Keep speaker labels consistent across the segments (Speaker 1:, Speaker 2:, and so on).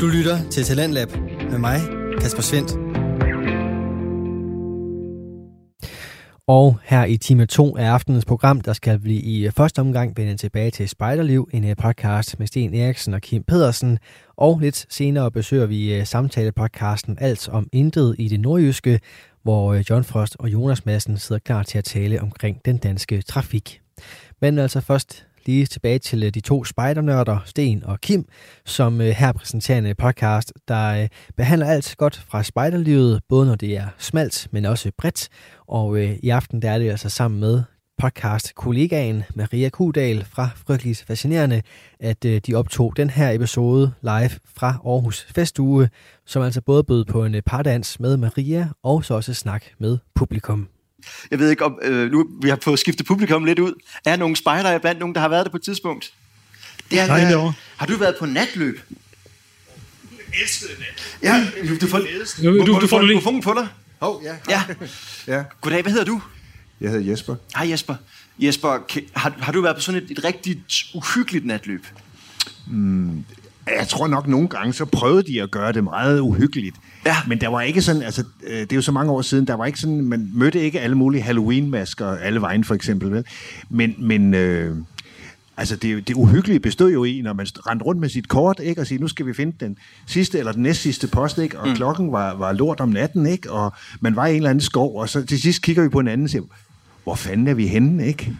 Speaker 1: Du lytter til Talentlab med mig, Kasper Svendt. Og her i time 2 af aftenens program, der skal vi i første omgang vende tilbage til Spejderliv, en øh, podcast med Sten Eriksen og Kim Pedersen. Og lidt senere besøger vi øh, samtalepodcasten Alt om Intet i det nordjyske, hvor øh, John Frost og Jonas Madsen sidder klar til at tale omkring den danske trafik. Men altså først lige tilbage til øh, de to spejdernørder, Sten og Kim, som øh, her præsenterer en podcast, der øh, behandler alt godt fra spejderlivet, både når det er smalt, men også bredt. Og øh, i aften der er det altså sammen med podcast-kollegaen Maria Kudal fra Frygteligt Fascinerende, at øh, de optog den her episode live fra Aarhus Festuge, som altså både bød på en pardans med Maria og så også snak med publikum.
Speaker 2: Jeg ved ikke om, øh, nu vi har fået skiftet publikum lidt ud. Er nogle spejder blandt nogen, der har været der på et tidspunkt? øh,
Speaker 3: Det er, Nej, derovre.
Speaker 2: Har du været på natløb?
Speaker 4: Jeg elskede nat.
Speaker 2: Ja, du, du får,
Speaker 3: Nu, du, du, du får du lige.
Speaker 2: mikrofonen på dig.
Speaker 5: Hov, ja.
Speaker 2: Ja.
Speaker 5: ja.
Speaker 2: Goddag, hvad hedder du?
Speaker 5: Jeg hedder Jesper.
Speaker 2: Hej Jesper. Jesper, ke- har, har du været på sådan et, et rigtigt uhyggeligt natløb?
Speaker 5: Jeg tror nok, nogle gange, så prøvede de at gøre det meget uhyggeligt.
Speaker 2: Ja.
Speaker 5: Men der var ikke sådan, altså, øh, det er jo så mange år siden, der var ikke sådan, man mødte ikke alle mulige Halloween-masker alle vejen, for eksempel. Vel? Men, men øh, altså, det, det uhyggelige bestod jo i, når man rendte rundt med sit kort, ikke, og sige, nu skal vi finde den sidste eller den næstsidste post, ikke, og mm. klokken var, var lort om natten, ikke, og man var i en eller anden skov, og så til sidst kigger vi på hinanden og siger, hvor fanden er vi henne, ikke?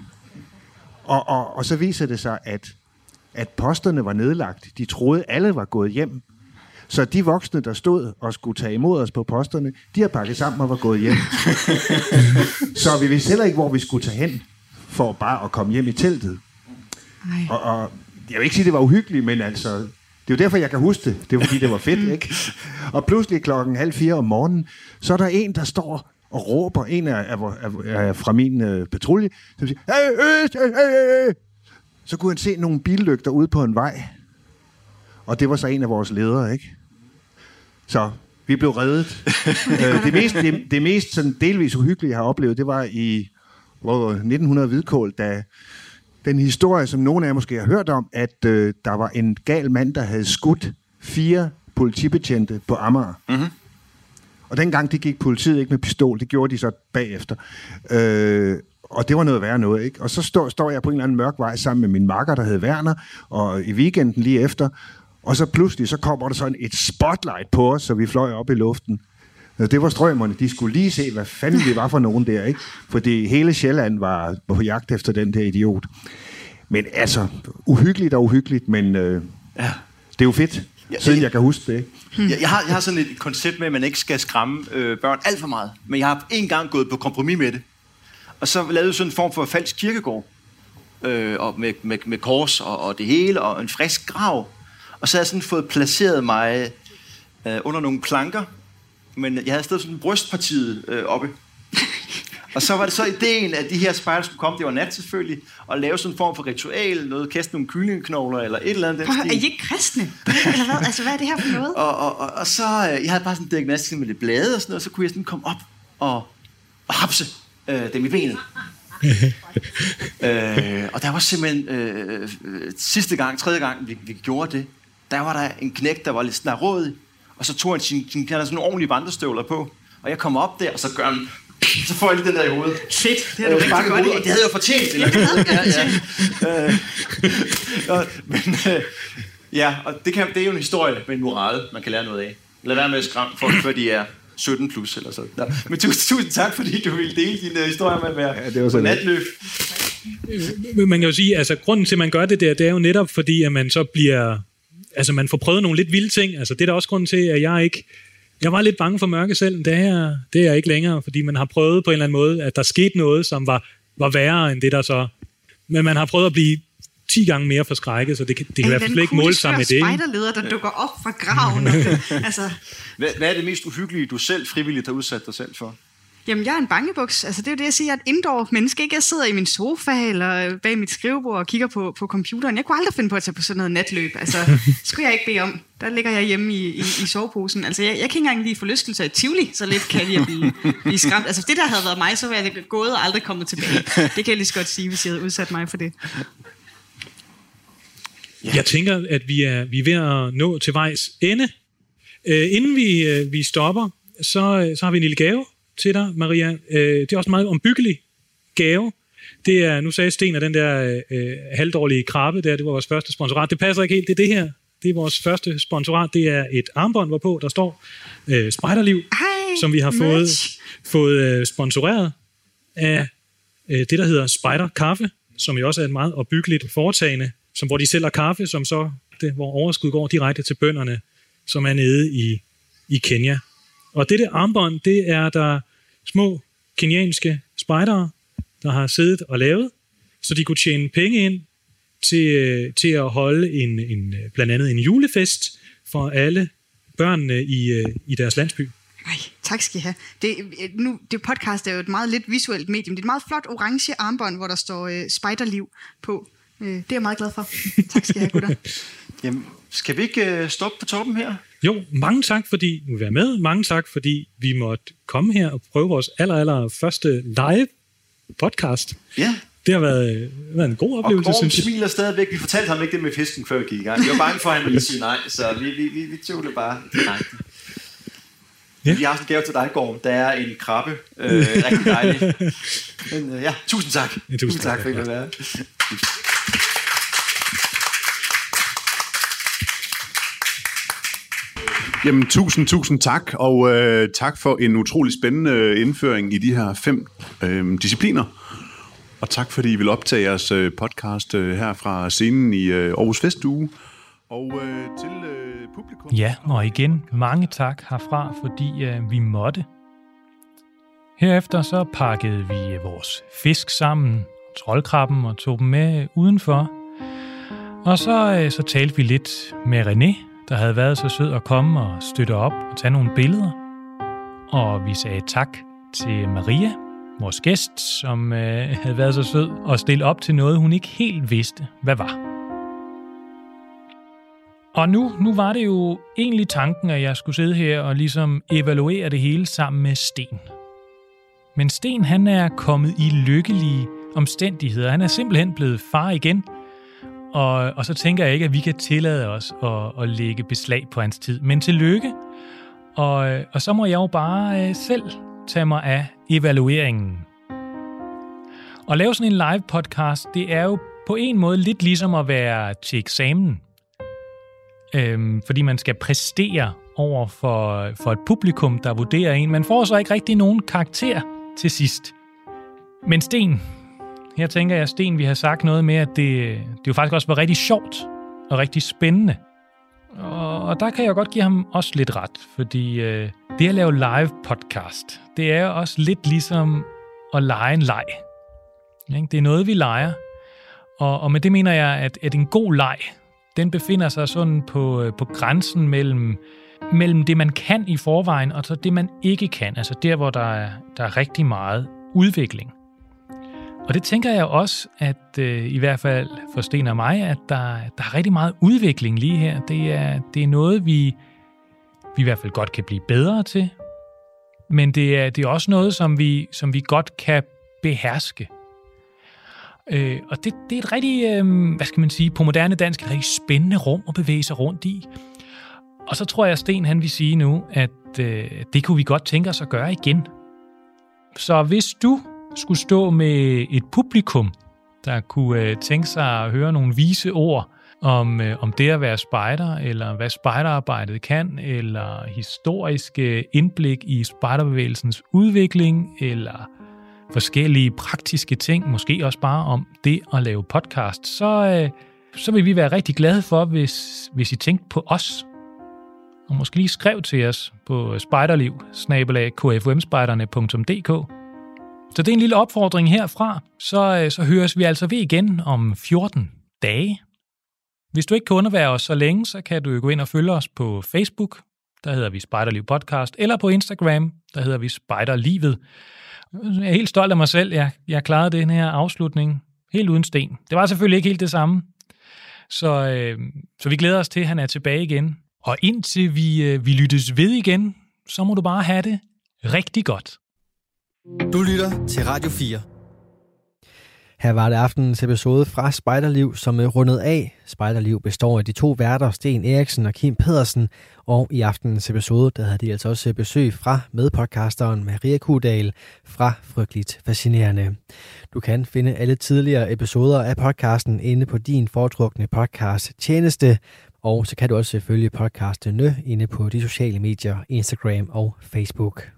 Speaker 5: Og, og, og så viser det sig, at, at posterne var nedlagt. De troede, alle var gået hjem. Så de voksne, der stod og skulle tage imod os på posterne, de har pakket sammen og var gået hjem. så vi vidste heller ikke, hvor vi skulle tage hen, for bare at komme hjem i teltet. Og, og jeg vil ikke sige, det var uhyggeligt, men altså, det er jo derfor, jeg kan huske det. Det er fordi, det var fedt, ikke? Og pludselig klokken halv fire om morgenen, så er der en, der står og råber, en af, af, af, af fra min øh, patrulje, som siger, hey, øst, hey, hey, hey. så kunne han se nogle billygter ude på en vej. Og det var så en af vores ledere, ikke? Så vi blev reddet. øh, det mest, det, det mest sådan delvis uhyggelige, jeg har oplevet, det var i hvor, var det, 1900 Hvidkål, da den historie, som nogen af jer måske har hørt om, at øh, der var en gal mand, der havde skudt fire politibetjente på Amager. Mm-hmm. Og dengang det gik politiet ikke med pistol, det gjorde de så bagefter. Øh, og det var noget værre noget, ikke? Og så står, står jeg på en eller anden mørk vej sammen med min makker, der hed Werner, og i weekenden lige efter, og så pludselig, så kommer der sådan et spotlight på os, så vi fløj op i luften. Og Det var strømmerne. De skulle lige se, hvad fanden vi var for nogen der, ikke? Fordi hele Sjælland var på jagt efter den der idiot. Men altså, uhyggeligt og uhyggeligt, men øh,
Speaker 2: Ja.
Speaker 5: det er jo fedt,
Speaker 2: Ja,
Speaker 5: siden
Speaker 2: det-
Speaker 5: jeg kan huske det, ikke?
Speaker 6: Hmm.
Speaker 2: Jeg, jeg, har, jeg har sådan et koncept med, at man ikke skal skræmme øh, børn alt for meget. Men jeg har en gang gået på kompromis med det. Og så lavede jeg sådan en form for falsk kirkegård. Øh, og med, med, med kors og, og det hele, og en frisk grav. Og så havde jeg sådan fået placeret mig øh, under nogle planker. Men jeg havde stadig sådan brystpartiet øh, oppe. Og så var det så ideen, at de her spejder skulle komme, det var nat selvfølgelig, og lave sådan en form for ritual, noget, kaste nogle kyllingeknogler eller et eller andet. den
Speaker 6: Prøv, at høre,
Speaker 2: stil.
Speaker 6: er I ikke kristne? Eller hvad? Altså, hvad er det her for noget?
Speaker 2: Og, og, og, og så, øh, jeg havde bare sådan en diagnostik med lidt blade og sådan noget, og så kunne jeg sådan komme op og, og hapse øh, dem i benet. øh, og der var simpelthen, øh, øh, sidste gang, tredje gang, vi, vi gjorde det, der var der en knæk, der var lidt snarådig, og så tog han sin, sin, han havde sådan nogle ordentlige vandrestøvler på, og jeg kom op der, og så gør han, så får jeg lige den der i hovedet.
Speaker 6: Fedt. Det er
Speaker 2: Øh,
Speaker 6: du rigtig
Speaker 2: bakker
Speaker 6: godt
Speaker 2: ud,
Speaker 6: i.
Speaker 2: og det havde jeg jo fortjent. Eller? ja, ja. Øh, og, men, øh, ja, og det, kan, det er jo en historie med en morale, man kan lære noget af. Lad være med at skræmme folk, før de er 17 plus eller sådan. Nå, men tusind, tusind tak, fordi du ville dele din uh, historie med mig
Speaker 5: Ja, det var så
Speaker 2: på
Speaker 5: lidt.
Speaker 2: natløb.
Speaker 3: Men Man kan jo sige, altså grunden til, at man gør det der, det er jo netop fordi, at man så bliver... Altså man får prøvet nogle lidt vilde ting. Altså det er da også grunden til, at jeg ikke... Jeg var lidt bange for mørke selv, men det, her, det er jeg ikke længere, fordi man har prøvet på en eller anden måde, at der skete noget, som var, var værre end det, der så... Men man har prøvet at blive 10 gange mere forskrækket, så det kan, det kan i hvert fald slet ikke måle sig med det. ikke?
Speaker 6: spejderleder, der dukker op fra graven. altså,
Speaker 2: Hvad, hvad er det mest uhyggelige, du selv frivilligt har udsat dig selv for?
Speaker 6: jamen, jeg er en bangebuks. Altså, det er jo det, jeg siger. Jeg er et indoor menneske. Ikke? Jeg sidder i min sofa eller øh, bag mit skrivebord og kigger på, på computeren. Jeg kunne aldrig finde på at tage på sådan noget natløb. Altså, det skulle jeg ikke bede om. Der ligger jeg hjemme i, i, i soveposen. Altså, jeg, jeg kan ikke engang lige forlystelser i Tivoli, så lidt kan jeg blive, blive skræmt. Altså, hvis det der havde været mig, så var jeg gået og aldrig kommet tilbage. Det kan jeg lige så godt sige, hvis jeg havde udsat mig for det.
Speaker 3: Ja. Jeg tænker, at vi er, vi er ved at nå til vejs ende. Øh, inden vi, øh, vi stopper, så, øh, så har vi en lille gave til dig, Maria. Øh, det er også en meget ombyggelig gave. Det er, nu sagde Sten, at den der øh, halvdårlige krabbe der, det var vores første sponsorat. Det passer ikke helt, det er det her. Det er vores første sponsorat. Det er et armbånd, hvorpå der står øh, Spejderliv,
Speaker 6: Hej,
Speaker 3: som vi har fået,
Speaker 6: merch.
Speaker 3: fået øh, sponsoreret af øh, det, der hedder Spider Kaffe, som jo også er et meget opbyggeligt foretagende, som, hvor de sælger kaffe, som så, det, hvor overskud går direkte til bønderne, som er nede i, i Kenya. Og dette armbånd, det er der små kenyanske spejdere, der har siddet og lavet, så de kunne tjene penge ind til, øh, til at holde en, en, øh, blandt andet en julefest for alle børnene i, øh, i deres landsby.
Speaker 6: Nej, tak skal I have. Det, øh, nu, det podcast er jo et meget lidt visuelt medium. Det er et meget flot orange armbånd, hvor der står øh, spejderliv på. Øh, det er jeg meget glad for. Tak skal I have, gutter.
Speaker 2: Jamen, skal vi ikke øh, stoppe på toppen her?
Speaker 3: Jo, mange tak, fordi I vil være med. Mange tak, fordi vi måtte komme her og prøve vores aller, aller første live podcast.
Speaker 2: Ja.
Speaker 3: Det har været, øh, været en god
Speaker 2: Og
Speaker 3: oplevelse,
Speaker 2: Gorm
Speaker 3: synes jeg.
Speaker 2: smiler stadigvæk. Vi fortalte ham ikke det med fisken, før vi gik i gang. Vi var bange for, at han ville sige nej, så vi, vi, vi, vi tog det bare direkte.
Speaker 3: Ja.
Speaker 2: Ja. Vi har også en gave til dig, Gorm. Der er en krabbe. Øh, rigtig dejlig. Men, øh, ja, tusind tak.
Speaker 3: tusind tak,
Speaker 2: tak, for at I måtte være.
Speaker 7: Jamen, tusind, tusind tak, og øh, tak for en utrolig spændende indføring i de her fem øh, discipliner. Og tak, fordi I vil optage jeres øh, podcast øh, her fra scenen i øh, Aarhus Festuge. Og øh, til øh, publikum...
Speaker 8: Ja, og igen mange tak herfra, fordi øh, vi måtte. Herefter så pakkede vi øh, vores fisk sammen, troldkrabben, og tog dem med øh, udenfor. Og så, øh, så talte vi lidt med René, der havde været så sød at komme og støtte op og tage nogle billeder. Og vi sagde tak til Maria, vores gæst, som øh, havde været så sød at stille op til noget, hun ikke helt vidste, hvad var. Og nu, nu var det jo egentlig tanken, at jeg skulle sidde her og ligesom evaluere det hele sammen med Sten. Men Sten, han er kommet i lykkelige omstændigheder. Han er simpelthen blevet far igen. Og, og så tænker jeg ikke, at vi kan tillade os at, at lægge beslag på hans tid. Men tillykke. Og, og så må jeg jo bare øh, selv tage mig af evalueringen. At lave sådan en live podcast, det er jo på en måde lidt ligesom at være til eksamen øhm, fordi man skal præstere over for, for et publikum, der vurderer en. Man får så ikke rigtig nogen karakter til sidst. Men Sten, her tænker jeg, Sten, vi har sagt noget med, at det, det jo faktisk også var rigtig sjovt og rigtig spændende. Og, og der kan jeg godt give ham også lidt ret, fordi øh, det at lave live podcast, det er jo også lidt ligesom at lege en leg. Ikke? Det er noget, vi leger. Og, og med det mener jeg, at, at en god leg, den befinder sig sådan på, øh, på grænsen mellem, mellem det, man kan i forvejen, og så det, man ikke kan. Altså der, hvor der er, der er rigtig meget udvikling. Og det tænker jeg også, at øh, i hvert fald for Sten og mig, at der, der er rigtig meget udvikling lige her. Det er, det er noget, vi, vi i hvert fald godt kan blive bedre til, men det er, det er også noget, som vi, som vi godt kan beherske. Øh, og det, det er et rigtig, øh, hvad skal man sige, på moderne dansk, et rigtig spændende rum at bevæge sig rundt i. Og så tror jeg, at Sten han vil sige nu, at øh, det kunne vi godt tænke os at gøre igen. Så hvis du skulle stå med et publikum, der kunne øh, tænke sig at høre nogle vise ord om, øh, om det at være spejder, eller hvad spejderarbejdet kan, eller historiske indblik i spejderbevægelsens udvikling, eller forskellige praktiske ting, måske også bare om det at lave podcast, så, øh, så vil vi være rigtig glade for, hvis, hvis I tænkte på os. Og måske lige skrev til os på spejderliv Så det er en lille opfordring herfra. Så, øh, så høres vi altså ved igen om 14 dage. Hvis du ikke kan undervære os så længe, så kan du jo gå ind og følge os på Facebook, der hedder vi Spejderliv Podcast, eller på Instagram, der hedder vi Spejderlivet. Jeg er helt stolt af mig selv. Jeg, jeg klarede den her afslutning helt uden sten. Det var selvfølgelig ikke helt det samme. Så, øh, så vi glæder os til, at han er tilbage igen. Og indtil vi, øh, vi lyttes ved igen, så må du bare have det rigtig godt.
Speaker 1: Du lytter til Radio 4. Her var det aftenens episode fra Spejderliv, som er rundet af. Spejderliv består af de to værter, Sten Eriksen og Kim Pedersen. Og i aftenens episode, der havde de altså også besøg fra medpodcasteren Maria Kudal fra Frygteligt Fascinerende. Du kan finde alle tidligere episoder af podcasten inde på din foretrukne podcast tjeneste. Og så kan du også følge podcastene inde på de sociale medier, Instagram og Facebook.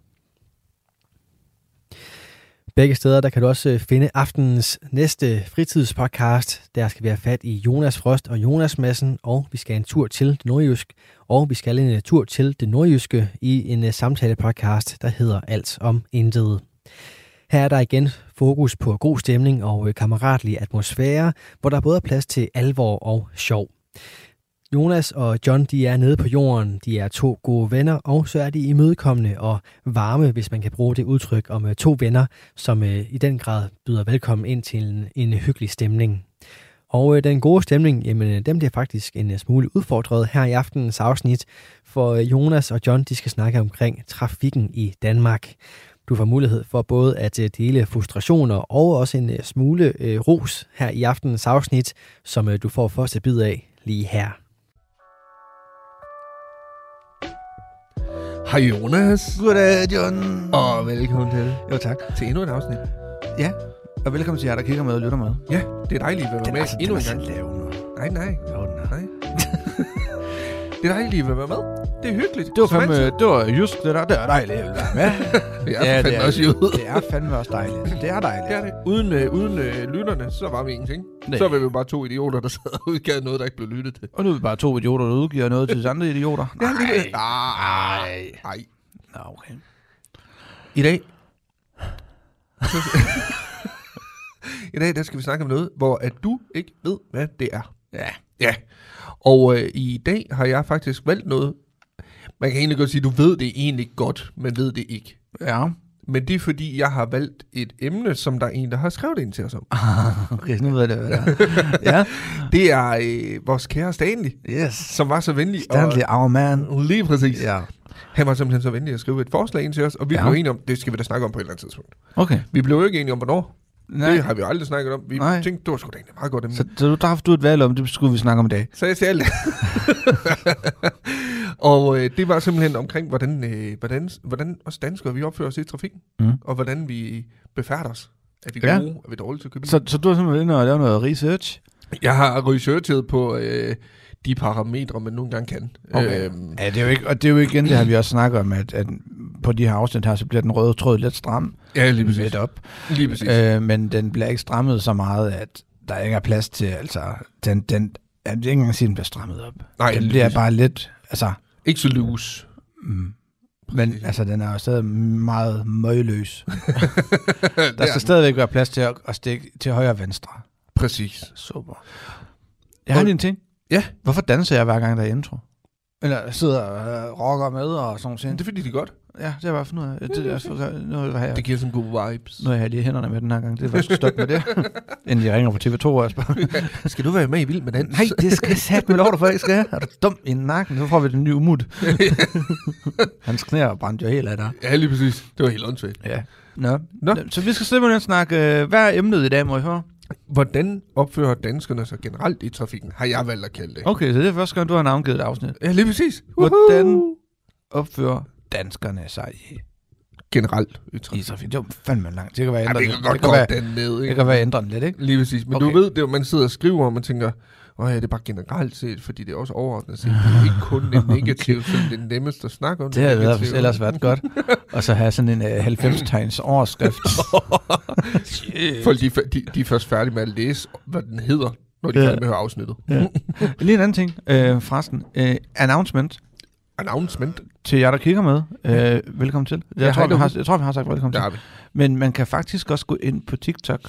Speaker 1: Begge steder, der kan du også øh, finde aftenens næste fritidspodcast. Der skal vi have fat i Jonas Frost og Jonas Madsen, og vi skal en tur til det nordjysk, og vi skal en øh, tur til det nordjyske i en øh, samtalepodcast, der hedder Alt om Intet. Her er der igen fokus på god stemning og øh, kammeratlig atmosfære, hvor der både er plads til alvor og sjov. Jonas og John de er nede på jorden, de er to gode venner, og så er de imødekommende og varme, hvis man kan bruge det udtryk om øh, to venner, som øh, i den grad byder velkommen ind til en, en hyggelig stemning. Og øh, den gode stemning, jamen dem bliver faktisk en øh, smule udfordret her i aftenens afsnit, for øh, Jonas og John de skal snakke omkring trafikken i Danmark. Du får mulighed for både at øh, dele frustrationer og også en øh, smule ros her i aftenens afsnit, som øh, du får første bid af lige her.
Speaker 9: Hej Jonas.
Speaker 10: Goddag, John.
Speaker 9: Og velkommen til.
Speaker 10: Jo, tak.
Speaker 9: Til endnu et afsnit.
Speaker 10: Ja, og velkommen til jer, der kigger med og lytter med.
Speaker 9: Ja, det er dejligt at være
Speaker 10: den
Speaker 9: med
Speaker 10: altså,
Speaker 9: endnu
Speaker 10: den
Speaker 9: en
Speaker 10: er
Speaker 9: gang.
Speaker 10: så lav nu.
Speaker 9: Nej, nej.
Speaker 10: Jo, den er.
Speaker 9: nej. det er dejligt at være med. Det er hyggeligt.
Speaker 10: Det var
Speaker 9: Som
Speaker 10: fandme,
Speaker 9: altid.
Speaker 10: det var just det der. Det var dejligt at være med.
Speaker 9: Det er ja, fandme også jød.
Speaker 10: Det er fandme også dejligt. Det er dejligt.
Speaker 9: Det er det. Uden, øh, uden øh, lytterne, så var vi ingenting.
Speaker 10: Nej.
Speaker 9: Så var vi jo bare to idioter, der sad og udgav noget, der ikke blev lyttet til.
Speaker 10: Og nu er vi bare to idioter, der udgiver noget til de andre idioter.
Speaker 9: Ja, lige-
Speaker 10: Ah,
Speaker 9: Nej. Nej.
Speaker 10: Nå, okay. I dag,
Speaker 9: I dag der skal vi snakke om noget, hvor at du ikke ved, hvad det er.
Speaker 10: ja,
Speaker 9: Ja. Og øh, i dag har jeg faktisk valgt noget. Man kan egentlig godt sige, at du ved det egentlig godt, men ved det ikke.
Speaker 10: ja.
Speaker 9: Men det er fordi, jeg har valgt et emne, som der er en, der har skrevet ind til os om.
Speaker 10: Ah. Okay, nu ved jeg det, hvad det er. Ja,
Speaker 9: Det er øh, vores kære Stanley,
Speaker 10: yes.
Speaker 9: som var så venlig.
Speaker 10: Stanley, our man.
Speaker 9: Og, lige præcis.
Speaker 10: Ja.
Speaker 9: Han var simpelthen så venlig at skrive et forslag ind til os, og vi ja.
Speaker 10: Ja.
Speaker 9: blev enige om, det skal vi da snakke om på et eller andet tidspunkt.
Speaker 10: Okay.
Speaker 9: Vi blev jo ikke enige om, hvornår. Nej.
Speaker 10: Nej.
Speaker 9: Det har vi jo aldrig snakket om. Vi Nej.
Speaker 10: Nej.
Speaker 9: tænkte, det var sgu da egentlig meget godt emne.
Speaker 10: Så, så du traf du et valg om, det skulle vi snakke om i dag.
Speaker 9: Så jeg stjal det. og øh, det var simpelthen omkring, hvordan, øh, hvordan, hvordan os danskere, vi opfører os i trafikken, mm.
Speaker 10: Mm.
Speaker 9: og hvordan vi befærder os. Er vi gode?
Speaker 10: Ja.
Speaker 9: Ja. Er vi dårlige til at købe
Speaker 10: Så, så du har simpelthen været inde og lave noget research?
Speaker 9: bil? Jeg har researchet på øh, de parametre, man nogle gange kan.
Speaker 10: Okay.
Speaker 9: Øhm,
Speaker 10: Ja, det er jo ikke, og det er jo igen, det har vi også snakket om, at, at på de her afsnit her, så bliver den røde tråd lidt stram.
Speaker 9: ja, lige præcis.
Speaker 10: Lidt op.
Speaker 9: Lige præcis. Øh,
Speaker 10: Øh, men den bliver ikke strammet så meget, at der ikke er plads til, altså, den, den, jeg vil ikke engang sige, at den bliver strammet op.
Speaker 9: Nej,
Speaker 10: den
Speaker 9: lige
Speaker 10: bliver
Speaker 9: præcis.
Speaker 10: bare lidt, altså,
Speaker 9: ikke så loose.
Speaker 10: men altså, den er jo stadig meget møgløs.
Speaker 9: det
Speaker 10: Der
Speaker 9: er,
Speaker 10: skal
Speaker 9: den.
Speaker 10: stadigvæk være plads til at, at stikke til højre og venstre.
Speaker 9: præcis.
Speaker 10: Super. Jeg har
Speaker 9: Og-
Speaker 10: lige en ting.
Speaker 9: Ja.
Speaker 10: Hvorfor danser jeg hver gang, der er intro? Eller sidder og øh, rocker med og sådan
Speaker 9: Men
Speaker 10: noget.
Speaker 9: det er fordi, det er godt.
Speaker 10: Ja, det har jeg bare fundet ud af. Det, jeg, nu, har jeg,
Speaker 9: Det giver sådan gode vibes.
Speaker 10: nu har jeg lige hænderne med den her gang. Det var stop med det. Inden de ringer på TV2 og spørger.
Speaker 9: Skal du være med i Vild med Dans?
Speaker 10: Nej, det skal jeg sætte med lov, for ikke skal jeg. Er du dum i nakken? Nu får vi den nye umut. Hans knæer brændte jo helt af der.
Speaker 9: Ja, lige præcis. Det var helt åndssvagt.
Speaker 10: Ja. Nå.
Speaker 9: Nå.
Speaker 10: Nå. Så vi skal simpelthen snakke, øh, hvad er emnet i dag, må jeg høre?
Speaker 9: Hvordan opfører danskerne sig generelt i trafikken, har jeg valgt at kalde det.
Speaker 10: Okay, så det er første gang, du har navngivet et afsnit.
Speaker 9: Ja, lige præcis.
Speaker 10: Hvordan opfører danskerne sig i,
Speaker 9: Generelt i
Speaker 10: i
Speaker 9: trafikken.
Speaker 10: trafik? Det var fandme langt. Det kan være
Speaker 9: Ja,
Speaker 10: ændret
Speaker 9: det kan
Speaker 10: lidt.
Speaker 9: godt
Speaker 10: det kan
Speaker 9: komme
Speaker 10: være,
Speaker 9: den ned,
Speaker 10: det
Speaker 9: ikke?
Speaker 10: kan være ændret lidt, ikke?
Speaker 9: Lige præcis. Men okay.
Speaker 10: Okay.
Speaker 9: du ved, det er, jo, man sidder og skriver, og man tænker, åh ja, det er bare generelt set, fordi det er også overordnet set. Det er jo ikke kun det negative, som det er nemmest at snakke om.
Speaker 10: Det havde været,
Speaker 9: negative.
Speaker 10: ellers været godt. Og så have sådan en øh, 90-tegns overskrift.
Speaker 9: Folk, de, er fa- de, de er først færdige med at læse, hvad den hedder, når de er
Speaker 10: Ja.
Speaker 9: færdige med at høre afsnittet.
Speaker 10: Lige en anden ting, øh, forresten. Øh, announcement
Speaker 9: Announcement,
Speaker 10: til jer, der kigger med. Øh, velkommen til. Jeg,
Speaker 9: Ja,
Speaker 10: tror,
Speaker 9: hej
Speaker 10: vi har,
Speaker 9: derude.
Speaker 10: jeg tror, vi har sagt velkommen
Speaker 9: der
Speaker 10: til.
Speaker 9: er vi.
Speaker 10: Men man kan faktisk også gå ind på TikTok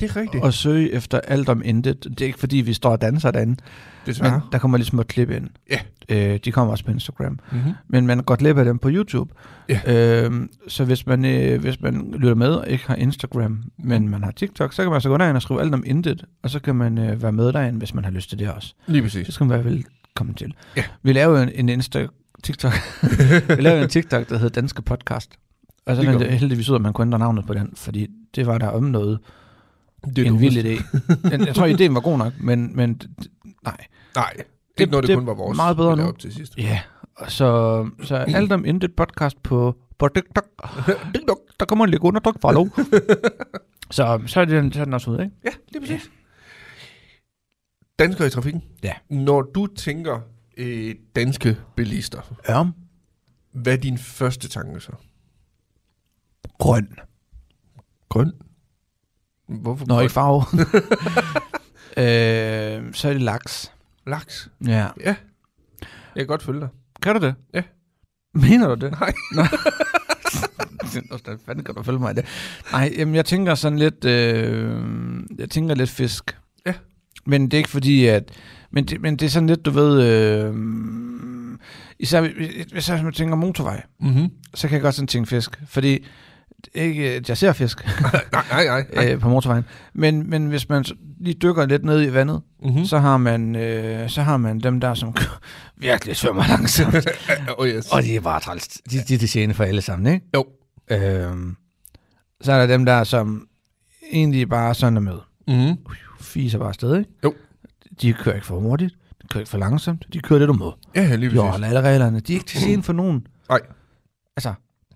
Speaker 9: Det er rigtigt.
Speaker 10: og søge efter alt om intet. Det er ikke, fordi vi står og danser derinde. Men
Speaker 9: Desværre.
Speaker 10: der kommer ligesom et klip ind.
Speaker 9: Ja.
Speaker 10: Øh, de kommer også på Instagram.
Speaker 9: Mm-hmm.
Speaker 10: Men man går glip af dem på YouTube.
Speaker 9: Ja.
Speaker 10: Øh, så hvis man, øh, hvis man lytter med og ikke har Instagram, men man har TikTok, så kan man så gå derind og skrive alt om intet, og så kan man øh, være med derinde, hvis man har lyst til det også.
Speaker 9: Lige præcis.
Speaker 10: Så skal man være velkommen til.
Speaker 9: Ja.
Speaker 10: Vi laver jo en, en Insta TikTok. vi laver en TikTok, der hedder Danske Podcast. Og så
Speaker 9: Det gør
Speaker 10: fandt jeg
Speaker 9: vi.
Speaker 10: heldigvis ud, af, at man kunne ændre navnet på den, fordi det var der om noget. det er en vild idé. Jeg, jeg tror, ideen var god nok, men, men d- d- nej.
Speaker 9: Nej, det, ikke når det, det kun var vores.
Speaker 10: meget bedre
Speaker 9: vi
Speaker 10: nu.
Speaker 9: lavede Op til sidst.
Speaker 10: Ja, og så, så alt om intet podcast på, på TikTok. TikTok, der kommer en lidt undertryk fra lov. så, så, er den, så er den også ude, ikke?
Speaker 9: Ja, det er præcis. Danskere i trafikken.
Speaker 10: Ja.
Speaker 9: Når du tænker øh, danske bilister,
Speaker 10: Ja.
Speaker 9: hvad er din første tanke så?
Speaker 10: Grøn.
Speaker 9: Grøn? Hvorfor
Speaker 10: Nå,
Speaker 9: grøn?
Speaker 10: i farve. øh, så er det laks.
Speaker 9: Laks?
Speaker 10: Ja.
Speaker 9: Ja. Jeg kan godt følge dig.
Speaker 10: Kan du det?
Speaker 9: Ja.
Speaker 10: Mener du det?
Speaker 9: Nej.
Speaker 10: Hvordan fanden kan du følge mig i det? Nej, jamen, jeg tænker sådan lidt... Øh, jeg tænker lidt fisk.
Speaker 9: Ja.
Speaker 10: Men det er ikke fordi, at... Men det, men det er sådan lidt, du ved... Øh, især hvis- hvis jeg tænker motorvej,
Speaker 9: Mm-hmm.
Speaker 10: så kan jeg godt sådan tænke fisk. Fordi det er ikke, at jeg ser fisk
Speaker 9: Nej, nej, nej. nej.
Speaker 10: øh, på motorvejen. Men, men hvis man så lige dykker lidt ned i vandet,
Speaker 9: Mm-hmm.
Speaker 10: så har man, øh, så har man dem der, som virkelig svømmer langsomt.
Speaker 9: Oh, yes.
Speaker 10: Og det er bare træls. De, de er til scene for alle sammen, ikke?
Speaker 9: Jo.
Speaker 10: Øhm, så er der dem der, som egentlig bare sådan er med.
Speaker 9: Mm-hmm.
Speaker 10: Fiser bare afsted, ikke?
Speaker 9: Jo.
Speaker 10: De kører ikke for hurtigt. De kører ikke for langsomt. De kører det, du må.
Speaker 9: Ja, ja, lige
Speaker 10: De
Speaker 9: præcis.
Speaker 10: overholder alle reglerne. De er ikke til scene for nogen.
Speaker 9: Nej.
Speaker 10: Altså,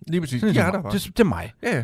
Speaker 9: Lige præcis.
Speaker 10: sådan
Speaker 9: De er
Speaker 10: det,
Speaker 9: der bare.
Speaker 10: det, det er mig.
Speaker 9: Ja, ja.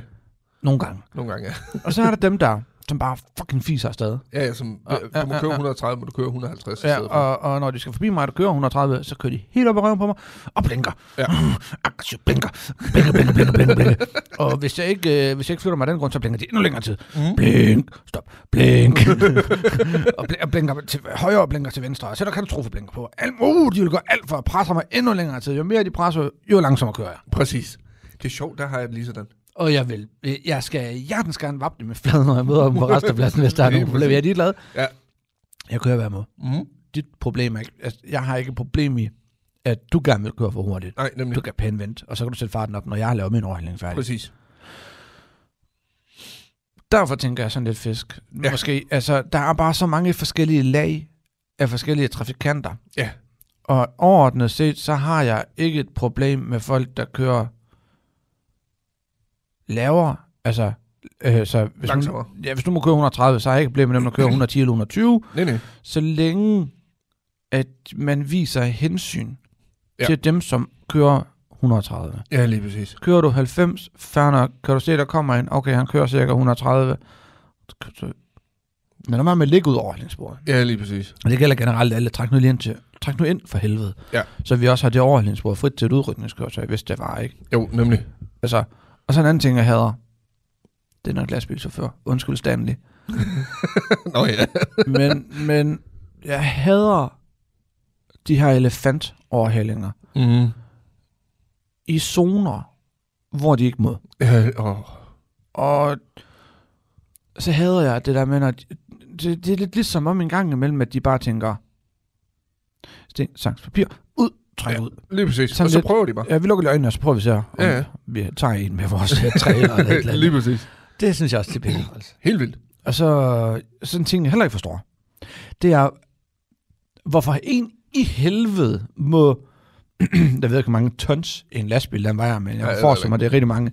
Speaker 10: Nogle gange.
Speaker 9: Nogle gange, ja.
Speaker 10: Og så er der dem der, som bare fucking fiser afsted.
Speaker 9: Ja, ja som,
Speaker 10: Ja,
Speaker 9: ja, du må
Speaker 10: ja,
Speaker 9: køre
Speaker 10: ja.
Speaker 9: 130, må du køre 150 i
Speaker 10: Ja,
Speaker 9: stedet for.
Speaker 10: og, og når de skal forbi mig, der kører 130, så kører de helt op i røven på mig og blinker.
Speaker 9: Ja.
Speaker 10: Aggressiv blinker. Blinker, blinker, blinker, blinker, blinker. Og hvis jeg, ikke, øh, hvis jeg ikke flytter mig af den grund, så blinker de endnu længere tid. Mm. Blink, stop, blink. og, bl- og blinker til højre og blinker til venstre. Og sætter katastrofeblinker på. Alt, uh, de vil gøre alt for at presse mig endnu længere tid. Jo mere de presser, jo langsommere kører jeg.
Speaker 9: Præcis. Det er sjovt, der har jeg det lige sådan.
Speaker 10: Og jeg vil, øh, jeg skal hjertens gerne vappe dem med fladen, når jeg møder dem på restepladsen, hvis der er
Speaker 9: Lige
Speaker 10: nogen problemer. Jeg er lige glad.
Speaker 9: Ja.
Speaker 10: Jeg kører hver måde.
Speaker 9: Mm.
Speaker 10: Dit problem er ikke, altså, jeg har ikke et problem i, at du gerne vil køre for hurtigt.
Speaker 9: Nej, nemlig.
Speaker 10: Du kan pænt vente, og så kan du sætte farten op, når jeg har lavet min overhældning færdig.
Speaker 9: Præcis.
Speaker 10: Derfor tænker jeg sådan lidt fisk.
Speaker 9: Ja.
Speaker 10: Ja. Måske, altså, der er bare så mange forskellige lag af forskellige trafikanter.
Speaker 9: Ja.
Speaker 10: Og overordnet set, så har jeg ikke et problem med folk, der kører lavere. Altså, øh, så hvis
Speaker 9: Langsommere.
Speaker 10: Du, ja, hvis du må køre 130, så har jeg ikke et problem med dem, der kører 110 eller 120.
Speaker 9: Nej, nej.
Speaker 10: så længe at man viser hensyn
Speaker 9: Ja.
Speaker 10: ja. til dem, som kører 130.
Speaker 9: Ja, lige præcis.
Speaker 10: Kører du 90, fair nok. Kan du se, der kommer en, okay, han kører cirka 130. Så- Men der var med at ligge ud over overhældningsbordet.
Speaker 9: Ja, lige præcis.
Speaker 10: Og det gælder generelt alle. Træk nu lige ind til. Træk nu ind for helvede.
Speaker 9: Ja.
Speaker 10: Så vi også har det overhældningsbord frit til et udrykningskøretøj, hvis det var, ikke?
Speaker 9: Jo, nemlig.
Speaker 10: Altså, og så en anden ting, jeg hader. Det er nok lastbilchauffør. Undskyld, Stanley.
Speaker 9: Nå ja.
Speaker 10: men, men jeg hader de her elefantoverhældinger
Speaker 9: Mm.
Speaker 10: i zoner, hvor de ikke må.
Speaker 9: Ja, åh.
Speaker 10: Og så hader jeg det der med, at det, det er lidt ligesom om en gang imellem, at de bare tænker, sten, sangs, papir, ud, træk
Speaker 9: Ja.
Speaker 10: ja. ud.
Speaker 9: Lige præcis.
Speaker 10: Sådan
Speaker 9: og så
Speaker 10: lidt-
Speaker 9: prøver de bare.
Speaker 10: Ja, vi lukker lige øjnene, og så prøver vi så, om
Speaker 9: Ja, ja.
Speaker 10: ja. vi tager en med vores øh, trailer eller et eller
Speaker 9: lige
Speaker 10: andet.
Speaker 9: præcis.
Speaker 10: Det synes jeg også, det er pænt. Altså.
Speaker 9: Helt vildt.
Speaker 10: Og så sådan en ting, jeg heller ikke forstår. Det er, hvorfor en i helvede må, der ved ikke, hvor mange tons en lastbil, den vejer,
Speaker 9: Ja,
Speaker 10: men
Speaker 9: jeg
Speaker 10: jeg
Speaker 9: ved det
Speaker 10: forestiller mig, det er rigtig mange,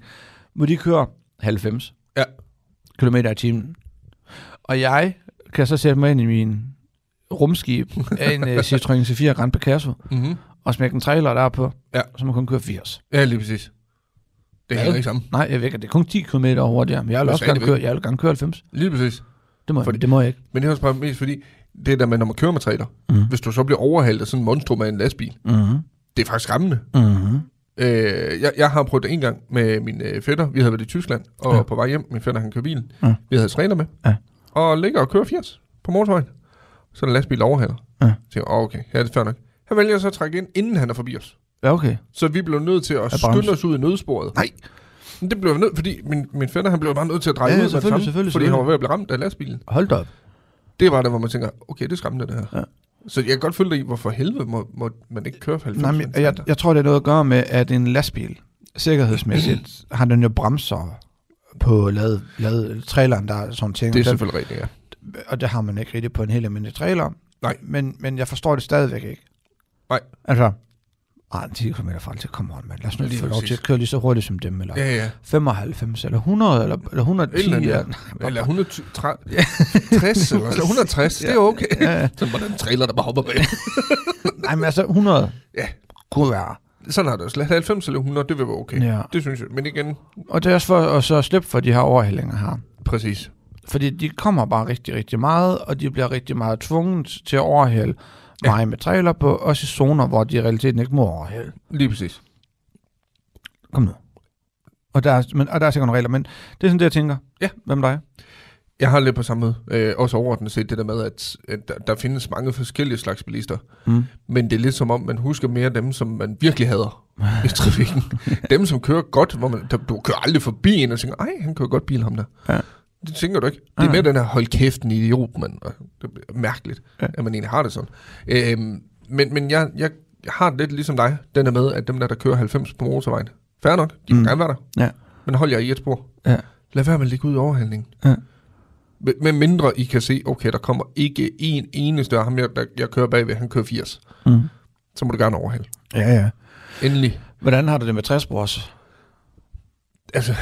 Speaker 10: må de køre 90
Speaker 9: Ja.
Speaker 10: km i timen. Og jeg kan så sætte mig ind i min rumskib af en uh, Citroën C4 Grand Picasso
Speaker 9: Mm-hmm.
Speaker 10: og smække en trailer derpå,
Speaker 9: Ja.
Speaker 10: så må kun køre 80.
Speaker 9: Ja, lige præcis. Det hænger
Speaker 10: Ja.
Speaker 9: ikke sammen.
Speaker 10: Nej, jeg ved ikke, det er kun 10 km hurtigere, men jeg vil
Speaker 9: Men
Speaker 10: også gerne
Speaker 9: stadigvæk.
Speaker 10: køre, jeg vil gerne køre 90.
Speaker 9: Lige præcis.
Speaker 10: Det må,
Speaker 9: Fordi-
Speaker 10: jeg, det må jeg ikke.
Speaker 9: Men det er også bare mest fordi, det der med, når man kører med trailer,
Speaker 10: Mhm.
Speaker 9: hvis du så bliver overhalet af sådan en monstrum af en lastbil,
Speaker 10: Mm-hmm.
Speaker 9: det er faktisk skræmmende. Mhm.
Speaker 10: Mm-hmm.
Speaker 9: Øh, jeg, jeg har prøvet det en gang med min øh, fætter. Vi havde været i Tyskland, og ja.
Speaker 10: Ja.
Speaker 9: på vej hjem, min fætter han kører bilen. Ja.
Speaker 10: Ja.
Speaker 9: Vi havde træner med.
Speaker 10: Ja.
Speaker 9: Og ligger og kører 80 på motorvejen. Så er der en lastbil der overhaler.
Speaker 10: Ja.
Speaker 9: Så tænker jeg, oh, okay, ja, det er fair nok. Han vælger så at trække ind, inden han er forbi os.
Speaker 10: Ja, okay.
Speaker 9: Så vi blev nødt til at
Speaker 10: bremse?
Speaker 9: skynde os ud i nødsporet.
Speaker 10: Nej.
Speaker 9: Men det blev vi nødt, fordi min, min fætter, han blev bare nødt til at dreje
Speaker 10: Ja,
Speaker 9: ud
Speaker 10: ja,
Speaker 9: med det
Speaker 10: selvfølgelig,
Speaker 9: samme,
Speaker 10: selvfølgelig,
Speaker 9: fordi han var
Speaker 10: selvfølgelig.
Speaker 9: ved at blive ramt af lastbilen.
Speaker 10: Hold da op.
Speaker 9: Det var der, hvor man tænker, okay, det er skræmmende det her.
Speaker 10: Ja.
Speaker 9: Så jeg kan godt følge dig i, hvorfor helvede må, må man ikke køre 90
Speaker 10: Nej, men jeg, jeg tror, det har noget at gøre med, at en lastbil, sikkerhedsmæssigt, har den jo bremser på lad, lad, traileren, der er sådan ting.
Speaker 9: Det er
Speaker 10: Den-
Speaker 9: selvfølgelig rigtigt, ja.
Speaker 10: og det har man ikke rigtigt på en helt almindelig trailer.
Speaker 9: Nej.
Speaker 10: Men, men jeg forstår det stadigvæk ikke.
Speaker 9: Nej.
Speaker 10: Altså, Ah, 10 km fra til, come on, man. Lad os nu
Speaker 9: Ja,
Speaker 10: lige få lov
Speaker 9: præcis.
Speaker 10: til at køre lige så hurtigt som dem, eller
Speaker 9: Ja, ja.
Speaker 10: 95, eller 100, eller, eller 110.
Speaker 9: Eller,
Speaker 10: eller,
Speaker 9: ja. eller 160, eller sådan 160, det er okay.
Speaker 10: Ja, ja.
Speaker 9: Så var der en trailer, der bare hopper bag.
Speaker 10: Nej, men altså 100
Speaker 9: Ja.
Speaker 10: kunne være.
Speaker 9: Sådan har det også. 90 eller 100, det vil være okay.
Speaker 10: Ja.
Speaker 9: Det synes jeg. Men igen,
Speaker 10: Og det er også for at så slippe for de her overhældinger her.
Speaker 9: præcis.
Speaker 10: Fordi de kommer bare rigtig, rigtig meget, og de bliver rigtig meget tvunget til at overhælde mig med trailer på, også i zoner, hvor de i realiteten ikke må overhælde.
Speaker 9: Lige præcis.
Speaker 10: Kom nu. Og der, er, men, og der er sikkert nogle regler, men det er sådan det, jeg tænker.
Speaker 9: Ja.
Speaker 10: Hvem der er?
Speaker 9: Jeg har lidt på samme måde. Øh, også overordnet set det der med, at, at der, der findes mange forskellige slags bilister.
Speaker 10: Mm.
Speaker 9: Men det er lidt som om, man husker mere dem, som man virkelig hader i trafikken. dem, som kører godt, hvor man, der, du kører aldrig forbi en og tænker, ej, han kører godt bil, ham der.
Speaker 10: Ja.
Speaker 9: Det tænker du ikke. Det er
Speaker 10: Nej.
Speaker 9: mere den her, hold kæft, en idiot, mand. Og Det er mærkeligt,
Speaker 10: Ja.
Speaker 9: ja. at man egentlig har det sådan. Øhm, men men jeg, jeg har det lidt ligesom dig, den der med, at dem der, der kører 90 på motorvejen, fair nok, de
Speaker 10: Mm.
Speaker 9: mm. kan gerne være der.
Speaker 10: Ja.
Speaker 9: Men hold jer i et spor.
Speaker 10: Ja.
Speaker 9: Lad være med at ligge ud i overhandlingen.
Speaker 10: Ja.
Speaker 9: Med, med mindre I kan se, okay, der kommer ikke en eneste af ham, jeg, der, jeg kører bagved, han kører 80.
Speaker 10: Mm.
Speaker 9: Så må du gerne overhale.
Speaker 10: Ja, ja.
Speaker 9: Endelig.
Speaker 10: Hvordan har du det med 60 brors?
Speaker 9: Altså,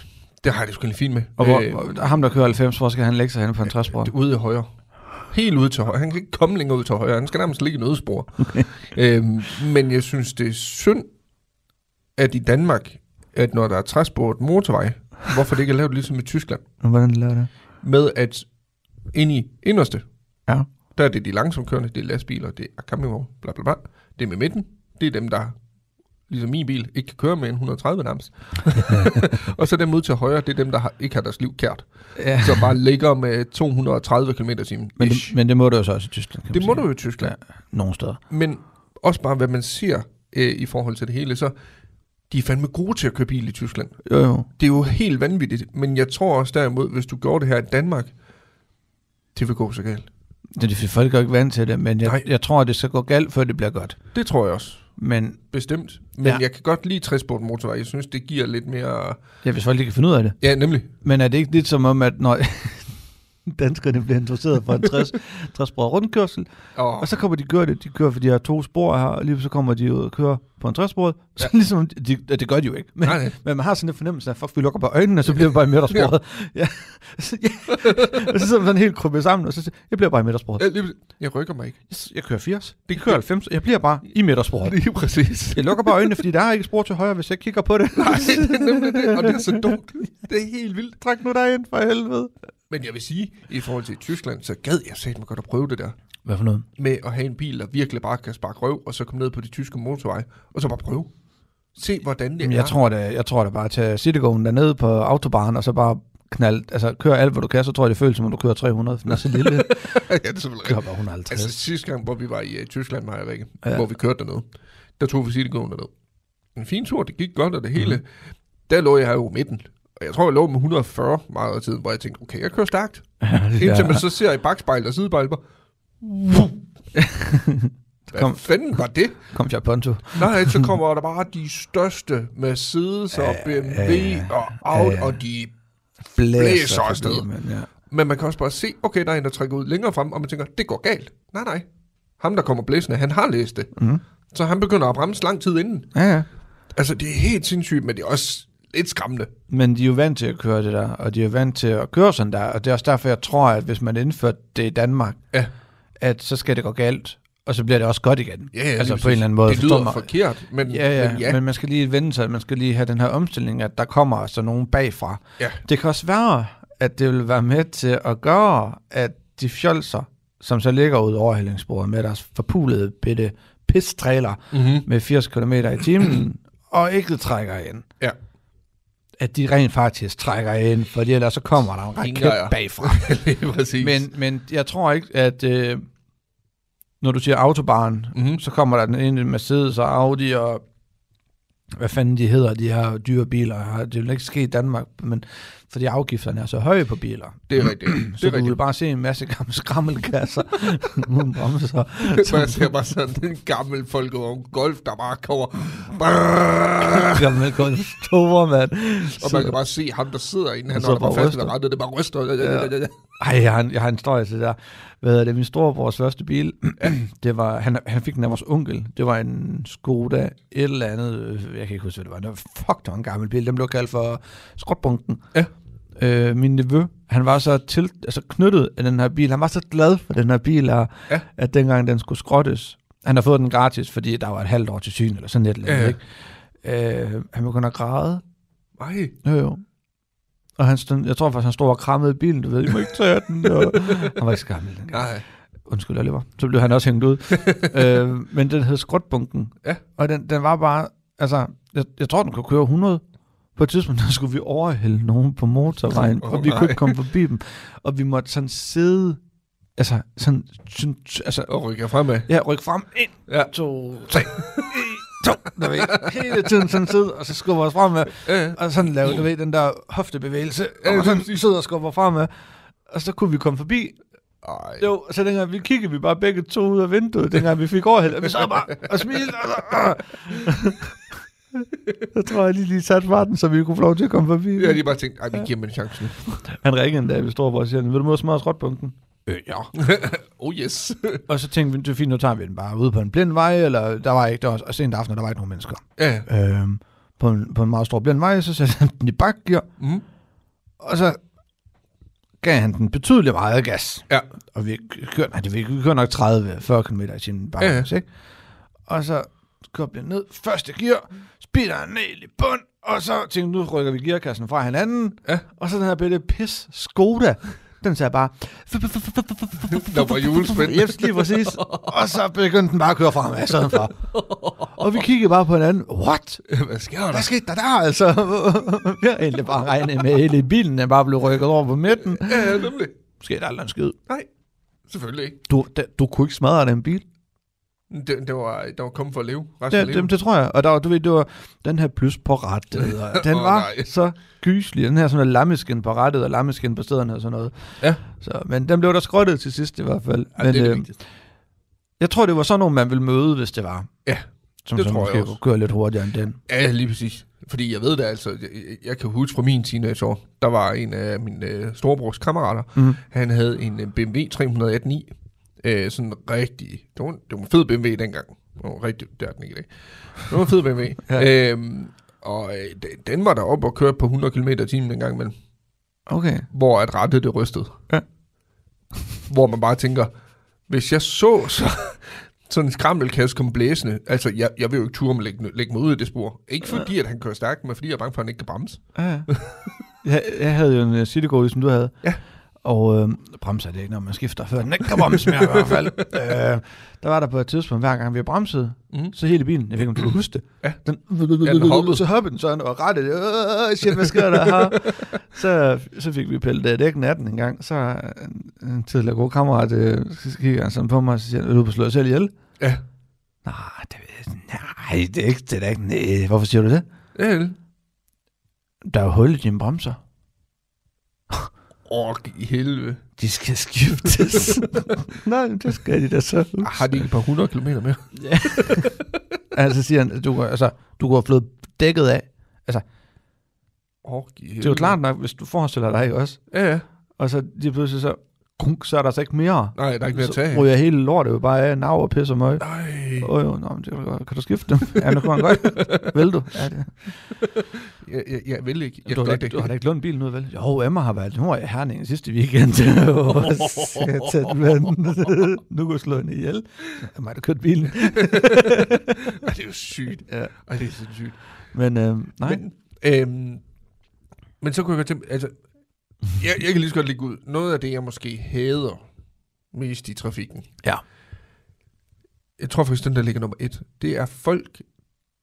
Speaker 9: det har jeg det sgu egentlig fint med. Øh,
Speaker 10: Og hvor, hvor, ham, der kører 90 brors, skal han lægge sig hen på en 60 bror?
Speaker 9: det er ude i højre. Helt ude til højre. Han kan ikke komme længere ud til højre. Han skal nærmest ligge i nødspor. øhm, men jeg synes, det er synd, at i Danmark, at når der er træsporet motorvej, hvorfor det ikke er lavet ligesom i Tyskland,
Speaker 10: Hvordan laver det?
Speaker 9: med at ind i inderste,
Speaker 10: Ja.
Speaker 9: der er det de langsomt det er lastbiler, det er campingvogne, bla bla bla. Det er med midten, det er dem, der ligesom min bil, ikke kan køre med en 130 nærmest. og så dem ud til højre, det er dem, der har, ikke har deres liv kært.
Speaker 10: ja.
Speaker 9: Så bare ligger med 230 km i timen.
Speaker 10: Men, det,
Speaker 9: Ish.
Speaker 10: men det må du jo så også i Tyskland, kan
Speaker 9: Det
Speaker 10: man
Speaker 9: må
Speaker 10: sige.
Speaker 9: du jo i Tyskland.
Speaker 10: Nogle steder.
Speaker 9: Men også bare, hvad man ser øh, i forhold til det hele, så de er fandme gode til at køre bil i Tyskland.
Speaker 10: Jo, jo.
Speaker 9: Det er jo helt vanvittigt, men jeg tror også derimod, hvis du gjorde det her i Danmark, det vil gå så galt.
Speaker 10: Det er fordi folk er jo ikke vant til det, men jeg,
Speaker 9: Nej.
Speaker 10: jeg tror, at det skal gå galt, før det bliver godt.
Speaker 9: Det tror jeg også.
Speaker 10: Men
Speaker 9: Bestemt. Men
Speaker 10: Ja.
Speaker 9: ja. jeg kan godt lide træsport motorvej. Jeg synes, det giver lidt mere...
Speaker 10: ja, hvis folk ikke kan finde ud af det.
Speaker 9: Ja, nemlig.
Speaker 10: Men er det ikke lidt som om, at når danskerne bliver interesseret for en 60, 60 bror rundkørsel,
Speaker 9: Og
Speaker 10: og så kommer de kører det, de kører, fordi de har to spor her, og lige så kommer de ud og kører på en 60 bror, så ja. ligesom, de, ja, det gør de jo ikke, men,
Speaker 9: Nej, nej.
Speaker 10: men man har sådan en fornemmelse af, fuck, vi lukker bare øjnene, og så bliver vi bare i midtersporet. ja. Så- ja. og så sidder man sådan helt krummet sammen, og så siger, jeg bliver bare i midtersporet.
Speaker 9: Ja, lige præcis. jeg rykker mig ikke.
Speaker 10: Jeg kører 80, det kører 90, og jeg bliver bare i midtersporet.
Speaker 9: Lige præcis.
Speaker 10: Jeg lukker bare øjnene, fordi der er ikke spor til højre, hvis jeg ikke kigger på det.
Speaker 9: Nej, det er nemlig det, og det er så dumt.
Speaker 10: det er helt vildt. Træk nu dig ind for helvede.
Speaker 9: Men jeg vil sige, i forhold til Tyskland, så gad jeg satme godt at prøve det der.
Speaker 10: Hvad for noget?
Speaker 9: med at have en bil, der virkelig bare kan sparke røv, og så komme ned på de tyske motorveje, og så bare prøve. Se, hvordan det
Speaker 10: Jamen,
Speaker 9: er.
Speaker 10: jeg tror da, jeg tror da bare at tage Citygoen dernede på autobahn, og så bare knald, altså kør alt, hvad du kan, så tror jeg, det føles som om du kører 300, for den er så lille.
Speaker 9: ja, det er selvfølgelig
Speaker 10: Kør
Speaker 9: rigtigt.
Speaker 10: bare 150.
Speaker 9: Altså sidste gang, hvor vi var i uh, Tyskland, mig og Rikke, ja. hvor vi kørte dernede, der tog vi Citygoen dernede. En fin tur, det gik godt, og det hele. Mm. Der lå jeg jo i midten. Og jeg tror, jeg lå med 140 meget af tiden, hvor jeg tænkte, okay, jeg kører stærkt. Indtil man så ser i bagspejlet og sidespejlet, bare, hvad
Speaker 10: Kom.
Speaker 9: Kom. fanden var det?
Speaker 10: Kom jeg Ponto.
Speaker 9: Nej, så kommer der bare de største Mercedes og BMW og Audi, og de Blæser afsted.
Speaker 10: forbi, mand, ja.
Speaker 9: Men man kan også bare se, okay, der er en, der trækker ud længere frem, og man tænker, det går galt. Nej, nej. Ham, der kommer blæsende, han har læst det.
Speaker 10: Mhm.
Speaker 9: Mm. Så han begynder at bremse lang tid inden.
Speaker 10: ja, ja.
Speaker 9: Altså, det er helt sindssygt, men det er også lidt skræmmende.
Speaker 10: Men de er jo vant til at køre det der, og de er jo vant til at køre sådan der, og det er også derfor, jeg tror, at hvis man indførte det i Danmark,
Speaker 9: Ja.
Speaker 10: at så skal det gå galt, og så bliver det også godt igen.
Speaker 9: Ja, ja,
Speaker 10: altså
Speaker 9: lige
Speaker 10: på en eller anden
Speaker 9: præcis.
Speaker 10: måde.
Speaker 9: Det
Speaker 10: forstår
Speaker 9: lyder
Speaker 10: mig.
Speaker 9: forkert, men
Speaker 10: Ja, ja,
Speaker 9: men
Speaker 10: ja, men man skal lige vende sig, man skal lige have den her omstilling, at der kommer altså nogen bagfra.
Speaker 9: Ja.
Speaker 10: Det kan også være, at det vil være med til at gøre, at de fjolser, som så ligger ud over hældingsbordet med deres forpulede bitte pistræler
Speaker 9: Mhm.
Speaker 10: mm-hmm. med 80 km i timen, og ikke trækker ind,
Speaker 9: ja.
Speaker 10: at de rent faktisk trækker ind, fordi ellers så kommer der en
Speaker 9: Ingen
Speaker 10: raket
Speaker 9: ejer.
Speaker 10: bagfra.
Speaker 9: lige præcis.
Speaker 10: Men, men jeg tror ikke, at øh, når du siger autobahn, mm-hmm. så kommer der den ene Mercedes og Audi og hvad fanden de hedder, de her dyre biler. her. Det vil ikke ske i Danmark, men fordi afgifterne er så høje på biler.
Speaker 9: det er rigtigt. Det
Speaker 10: Så
Speaker 9: er
Speaker 10: du vil
Speaker 9: rigtigt.
Speaker 10: bare se en masse gamle skrammelkasser uden bremser.
Speaker 9: Så jeg ser bare sådan en gammel folkevogn golf, der bare kommer,
Speaker 10: Gammel kun store, mand.
Speaker 9: og man kan bare se ham, der sidder inde, han
Speaker 10: så
Speaker 9: holder bare
Speaker 10: bare
Speaker 9: fast i
Speaker 10: ryster.
Speaker 9: rettet, det bare ryster. Ja, ja, ja, ja.
Speaker 10: Ej, jeg har, en, jeg har en historie til det der. Hvad hedder det? Min storebrors første bil, det var, han, han fik den af vores onkel. Det var en Skoda, et eller andet, øh, jeg kan ikke huske, hvad det var. Det var fuck, det var en gammel bil. Den blev kaldt for skrotbunken.
Speaker 9: Ja.
Speaker 10: Øh, min nevø, han var så til, altså knyttet af den her bil. Han var så glad for den her bil, og,
Speaker 9: Ja.
Speaker 10: ja. at dengang den skulle skrottes. Han har fået den gratis, fordi der var et halvt år til syn, eller sådan et eller andet,
Speaker 9: Ja,
Speaker 10: ikke? Øh, han begynder at græde.
Speaker 9: Nej.
Speaker 10: Jo, jo. Og han stod, jeg tror faktisk, han stod og krammede i bilen, du ved, I må ikke tage den. Og, han var ikke så gammel dengang.
Speaker 9: Nej.
Speaker 10: Undskyld, Oliver. Så blev han også hængt ud. øh, men den hed Skrutbunken.
Speaker 9: Ja.
Speaker 10: Og den, den var bare, altså, jeg, jeg tror, den kunne køre 100. På et tidspunkt, der skulle vi overhælde nogen på motorvejen,
Speaker 9: Åh,
Speaker 10: oh, og vi
Speaker 9: nej.
Speaker 10: kunne ikke komme forbi dem. Og vi måtte sådan sidde, altså, sådan, sådan altså,
Speaker 9: Og rykker fremad.
Speaker 10: ja, rykke frem, ind,
Speaker 9: Ja.
Speaker 10: to, tre, en, to, der ved, jeg. hele tiden sådan sidde, og så skubber os fremad,
Speaker 9: Ja.
Speaker 10: og sådan lave, du ved, den der hoftebevægelse,
Speaker 9: Ja,
Speaker 10: og
Speaker 9: præcis.
Speaker 10: sådan sidder og skubber fremad, og så kunne vi komme forbi,
Speaker 9: Ej.
Speaker 10: jo, og så dengang vi kiggede vi bare begge to ud af vinduet, dengang vi fik overhældet, og vi sad bare og smilte. Og så, så tror jeg lige, lige satte farten, så vi kunne få lov til at komme forbi.
Speaker 9: Jeg har lige bare tænkt, ej, vi giver dem en chance nu.
Speaker 10: Han ringede en dag, vi står og siger, vil du mod smadre skråtpunkten? Øh, ja.
Speaker 9: oh yes.
Speaker 10: Og så tænkte vi, det er fint, nu tager vi den bare ud på en blind vej, eller der var ikke, der var og sent aften, og der var ikke nogen mennesker.
Speaker 9: ja.
Speaker 10: Øhm, på, en, på en meget stor blind vej, så satte han den i bakgear,
Speaker 9: Mm.
Speaker 10: og så gav han den betydeligt meget gas.
Speaker 9: Ja.
Speaker 10: og vi kører, nej, det, vi kører nok 30-40 km i timen bare,
Speaker 9: Ja, ja.
Speaker 10: ja. ikke? Og så kobler jeg ned, første gear, speederen ned i bund, og så tænker jeg, nu rykker vi gearkassen fra hinanden,
Speaker 9: Ja.
Speaker 10: og så den her bitte pis Skoda, den sagde bare...
Speaker 9: Der var julespænd.
Speaker 10: Yes, lige præcis. Og så begyndte den bare at køre fremad, sådan for. Og vi kiggede bare på hinanden. What?
Speaker 9: Hvad sker der?
Speaker 10: Hvad skete der der, altså? Vi havde egentlig bare regnet med, at hele bilen den bare blev rykket over på midten.
Speaker 9: Ja, ja, nemlig.
Speaker 10: Skete aldrig en skid.
Speaker 9: Øh. Nej, selvfølgelig ikke.
Speaker 10: Du, da, du kunne ikke smadre den bil.
Speaker 9: Det, det var, det var kommet for at leve. Resten
Speaker 10: Ja,
Speaker 9: af
Speaker 10: det,
Speaker 9: livet.
Speaker 10: det tror jeg. Og der var, du ved, det var den her plus på rattet, og den
Speaker 9: Åh,
Speaker 10: var
Speaker 9: nej.
Speaker 10: så gyselig. Den her sådan noget lammeskin på rattet, og lammeskin på stederne og sådan noget.
Speaker 9: Ja.
Speaker 10: Så, men den blev der skrottet til sidst i hvert fald.
Speaker 9: Ja,
Speaker 10: men,
Speaker 9: det er det
Speaker 10: øh, jeg tror, det var sådan nogen, man ville møde, hvis det var.
Speaker 9: Ja,
Speaker 10: Som
Speaker 9: det
Speaker 10: så
Speaker 9: tror jeg
Speaker 10: måske
Speaker 9: også.
Speaker 10: kunne køre lidt hurtigere end den.
Speaker 9: Ja, lige præcis. Fordi jeg ved det altså, jeg, jeg kan huske fra min teenageår, der var en af mine øh, storebrors kammerater, mm. han havde en øh, BMW 318i, øh, sådan en rigtig, det var, en- det var en fed BMW dengang, det var en rigtig, det er den ikke i dag, det var en fed BMW, ja. øhm, og øh, den- den var der op og kørte på 100 km i timen dengang imellem,
Speaker 10: Okay.
Speaker 9: hvor at rettet det rystede.
Speaker 10: Ja.
Speaker 9: Hvor man bare tænker, hvis jeg så, så sådan en skrammelkasse kom blæsende, altså jeg, jeg vil jo ikke turde om at lægge, lægge mig ud i det spor. Ikke fordi, at han kører stærkt, men fordi jeg er bange for, at han ikke kan bremse.
Speaker 10: Ja. Jeg, jeg havde jo en øh, City Gold, som du havde.
Speaker 9: Ja.
Speaker 10: Og øh, bremser det ikke, når man skifter, før den ikke kan bremse mere i hvert fald. Øh, der var der på et tidspunkt, hver gang vi bremsede,
Speaker 9: Mhm.
Speaker 10: mm. så hele bilen, jeg ved ikke, om du kan huske det,
Speaker 9: Ja.
Speaker 10: den,
Speaker 9: Ja, den hoppede.
Speaker 10: så hoppede den sådan og rettede det. Øh, shit, hvad sker der her? så, så fik vi pillet af dækken af den en gang. Så øh, en, en tidligere god kammerat, øh, så kigger han sådan på mig og så siger, han, vil du på slå dig selv ihjel?
Speaker 9: Ja.
Speaker 10: Nej, det, ved jeg- nej, det er ikke det. Er da ikke, nej. Hvorfor siger du det?
Speaker 9: Ja, det-
Speaker 10: Der er jo hul i dine bremser.
Speaker 9: Åh, i helvede.
Speaker 10: De skal skiftes. Nej, men det skal de da så.
Speaker 9: Ah, Har de ikke et par hundrede kilometer mere?
Speaker 10: Altså siger han, du, kunne- altså, du kunne have blevet dækket af.
Speaker 9: Åh, i helvede.
Speaker 10: Det er jo klart nok, hvis du forestiller dig ikke også.
Speaker 9: Ja, ja.
Speaker 10: Og så lige pludselig så, kunk, så er der så ikke mere.
Speaker 9: Nej, der er ikke mere at tage.
Speaker 10: Så
Speaker 9: af.
Speaker 10: ryger hele lortet jo bare af, nav og pisse og møg.
Speaker 9: Nej.
Speaker 10: Åh oh, jo, nå, men det kan, du godt. kan du skifte dem? Ja, nu kan man godt. Vil du? Ja, det.
Speaker 9: Jeg, jeg, jeg vil ikke. Jeg
Speaker 10: du, har
Speaker 9: gør det
Speaker 10: da, ikke-
Speaker 9: ikke.
Speaker 10: du har da ikke lånt bilen ud, vel? Jo, Emma har været. Hun var i Herning sidste weekend. Åh, satan, mand. nu kan du slå hende ihjel. Emma har da kørt bilen.
Speaker 9: Ej, det er jo sygt.
Speaker 10: Ja.
Speaker 9: Ej, det er sindssygt.
Speaker 10: Men øh, nej.
Speaker 9: Men, øhm, men så kunne jeg godt tænke, altså, jeg, jeg kan lige så godt lægge ud. Noget af det, jeg måske hader mest i trafikken.
Speaker 10: Ja.
Speaker 9: Jeg tror faktisk, den der ligger nummer et, det er folk,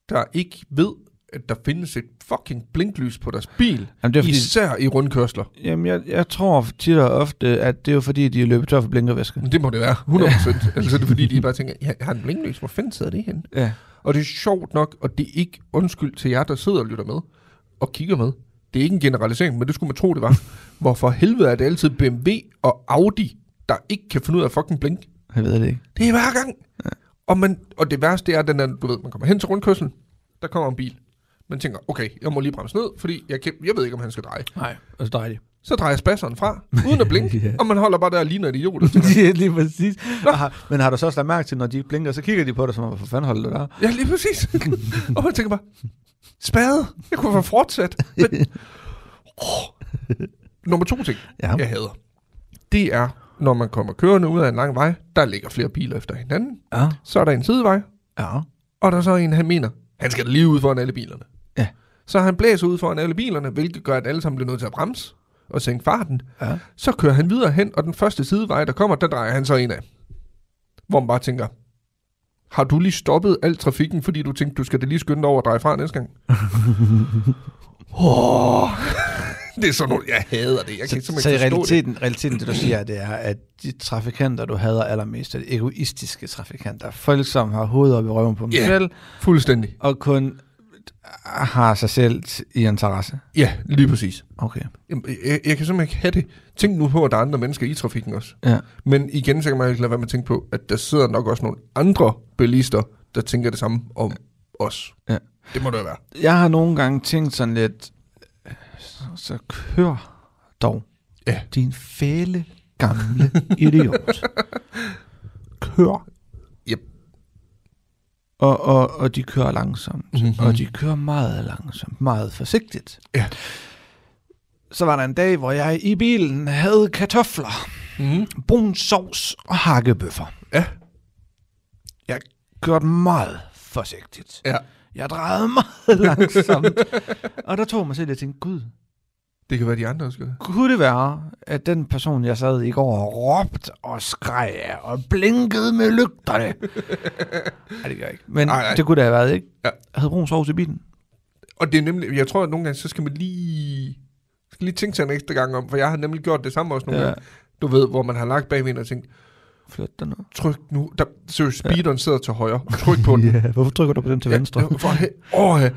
Speaker 9: der ikke ved, at der findes et fucking blinklys på deres bil.
Speaker 10: Jamen, det er fordi-
Speaker 9: Især i rundkørsler.
Speaker 10: Jamen, jeg, jeg tror tit og ofte, at det er jo fordi, de er løbet tør for blinkervæske.
Speaker 9: Men det må det være, 100%. altså, det er fordi, de bare tænker, jeg har en blinklys, hvor fanden sidder det henne?
Speaker 10: Ja.
Speaker 9: Og det er sjovt nok, og det er ikke undskyld til jer, der sidder og lytter med og kigger med. Det er ikke en generalisering, men det skulle man tro, det var. Hvorfor helvede er det altid BMW og Audi, der ikke kan finde ud af at fucking blink?
Speaker 10: Jeg ved det ikke.
Speaker 9: Det er hver gang. Ja. Og, man, og det værste er, den er, du ved, man kommer hen til rundkørslen, der kommer en bil. Man tænker, okay, jeg må lige bremse ned, fordi jeg, kan, jeg ved ikke, om han skal dreje.
Speaker 10: Nej, altså dejligt.
Speaker 9: så drejer spasseren fra, uden at blinke,
Speaker 10: Ja.
Speaker 9: og man holder bare der og ligner et idiot. og tænker,
Speaker 10: ja, lige præcis. Og har- Men har du så også lagt mærke til, når de blinker, så kigger de på dig, som om, hvorfor fanden holder du der?
Speaker 9: Ja, lige præcis. og man tænker bare, spade, jeg kunne have fortsat. Men, oh. Nummer to ting,
Speaker 10: Ja.
Speaker 9: ja. jeg hader, det er, når man kommer kørende ud af en lang vej, der ligger flere biler efter hinanden,
Speaker 10: Ja.
Speaker 9: så er der en sidevej,
Speaker 10: Ja.
Speaker 9: og der er så en, han mener, han skal da lige ud foran alle bilerne.
Speaker 10: Ja.
Speaker 9: Så han blæser ud foran alle bilerne, hvilket gør, at alle sammen bliver nødt til at bremse og sænke farten.
Speaker 10: Ja.
Speaker 9: Så kører han videre hen, og den første sidevej, der kommer, der drejer han så en af. Hvor man bare tænker, har du lige stoppet al trafikken, fordi du tænkte, du skal da lige skynde dig over og dreje fra næste gang? oh, det er sådan noget, jeg hader det. Jeg kan
Speaker 10: Så,
Speaker 9: simpelthen
Speaker 10: så i
Speaker 9: ikke forstå det.
Speaker 10: realiteten, realiteten, det du siger, det er, at de trafikanter, du hader allermest, er de egoistiske trafikanter. Folk, som har hovedet op i røven på dem
Speaker 9: Ja.
Speaker 10: yeah. selv,
Speaker 9: Fuldstændig.
Speaker 10: og kun har sig selv i interesse.
Speaker 9: Ja, lige præcis.
Speaker 10: Okay.
Speaker 9: Jamen, jeg, jeg kan simpelthen ikke have det. Tænk nu på, at der er andre mennesker i trafikken også.
Speaker 10: Ja.
Speaker 9: Men igen, så kan man ikke lade være med at tænke på, at der sidder nok også nogle andre bilister, der tænker det samme om os.
Speaker 10: Ja.
Speaker 9: Det må det jo være.
Speaker 10: Jeg har nogle gange tænkt sådan lidt, øh, så, så kør dog,
Speaker 9: Ja.
Speaker 10: din fæle gamle idiot. Kør.
Speaker 9: Yep.
Speaker 10: Og, og, og de kører langsomt,
Speaker 9: Mhm.
Speaker 10: mm-hmm. og de kører meget langsomt, meget forsigtigt.
Speaker 9: Ja.
Speaker 10: Så var der en dag, hvor jeg i bilen havde kartofler,
Speaker 9: Mm.
Speaker 10: brun sovs og hakkebøffer.
Speaker 9: Ja.
Speaker 10: Jeg kørte meget forsigtigt.
Speaker 9: Ja.
Speaker 10: Jeg drejede meget langsomt. og der tog mig selv, jeg tænkte, gud,
Speaker 9: Det kan være de andre også. gør det.
Speaker 10: kunne det være, at den person, jeg sad i går og råbte og skreg af og blinkede med lygterne? nej, det gør jeg ikke. Men
Speaker 9: Nej,
Speaker 10: ej,
Speaker 9: nej.
Speaker 10: ej. det kunne det have været, ikke?
Speaker 9: Ja.
Speaker 10: Jeg havde brun sovs i bilen.
Speaker 9: Og det er nemlig, jeg tror, at nogle gange, så skal man lige, skal lige tænke sig en ekstra gang om, for jeg har nemlig gjort det samme også nogle
Speaker 10: Ja.
Speaker 9: ja. gange. Du ved, hvor man har lagt bagved og tænkt,
Speaker 10: Flyt dig nu.
Speaker 9: tryk nu, der, seriøst, speederen ja. sidder til højre, tryk på den.
Speaker 10: Ja, hvorfor trykker du på den til
Speaker 9: Ja, for, he- åh, ja.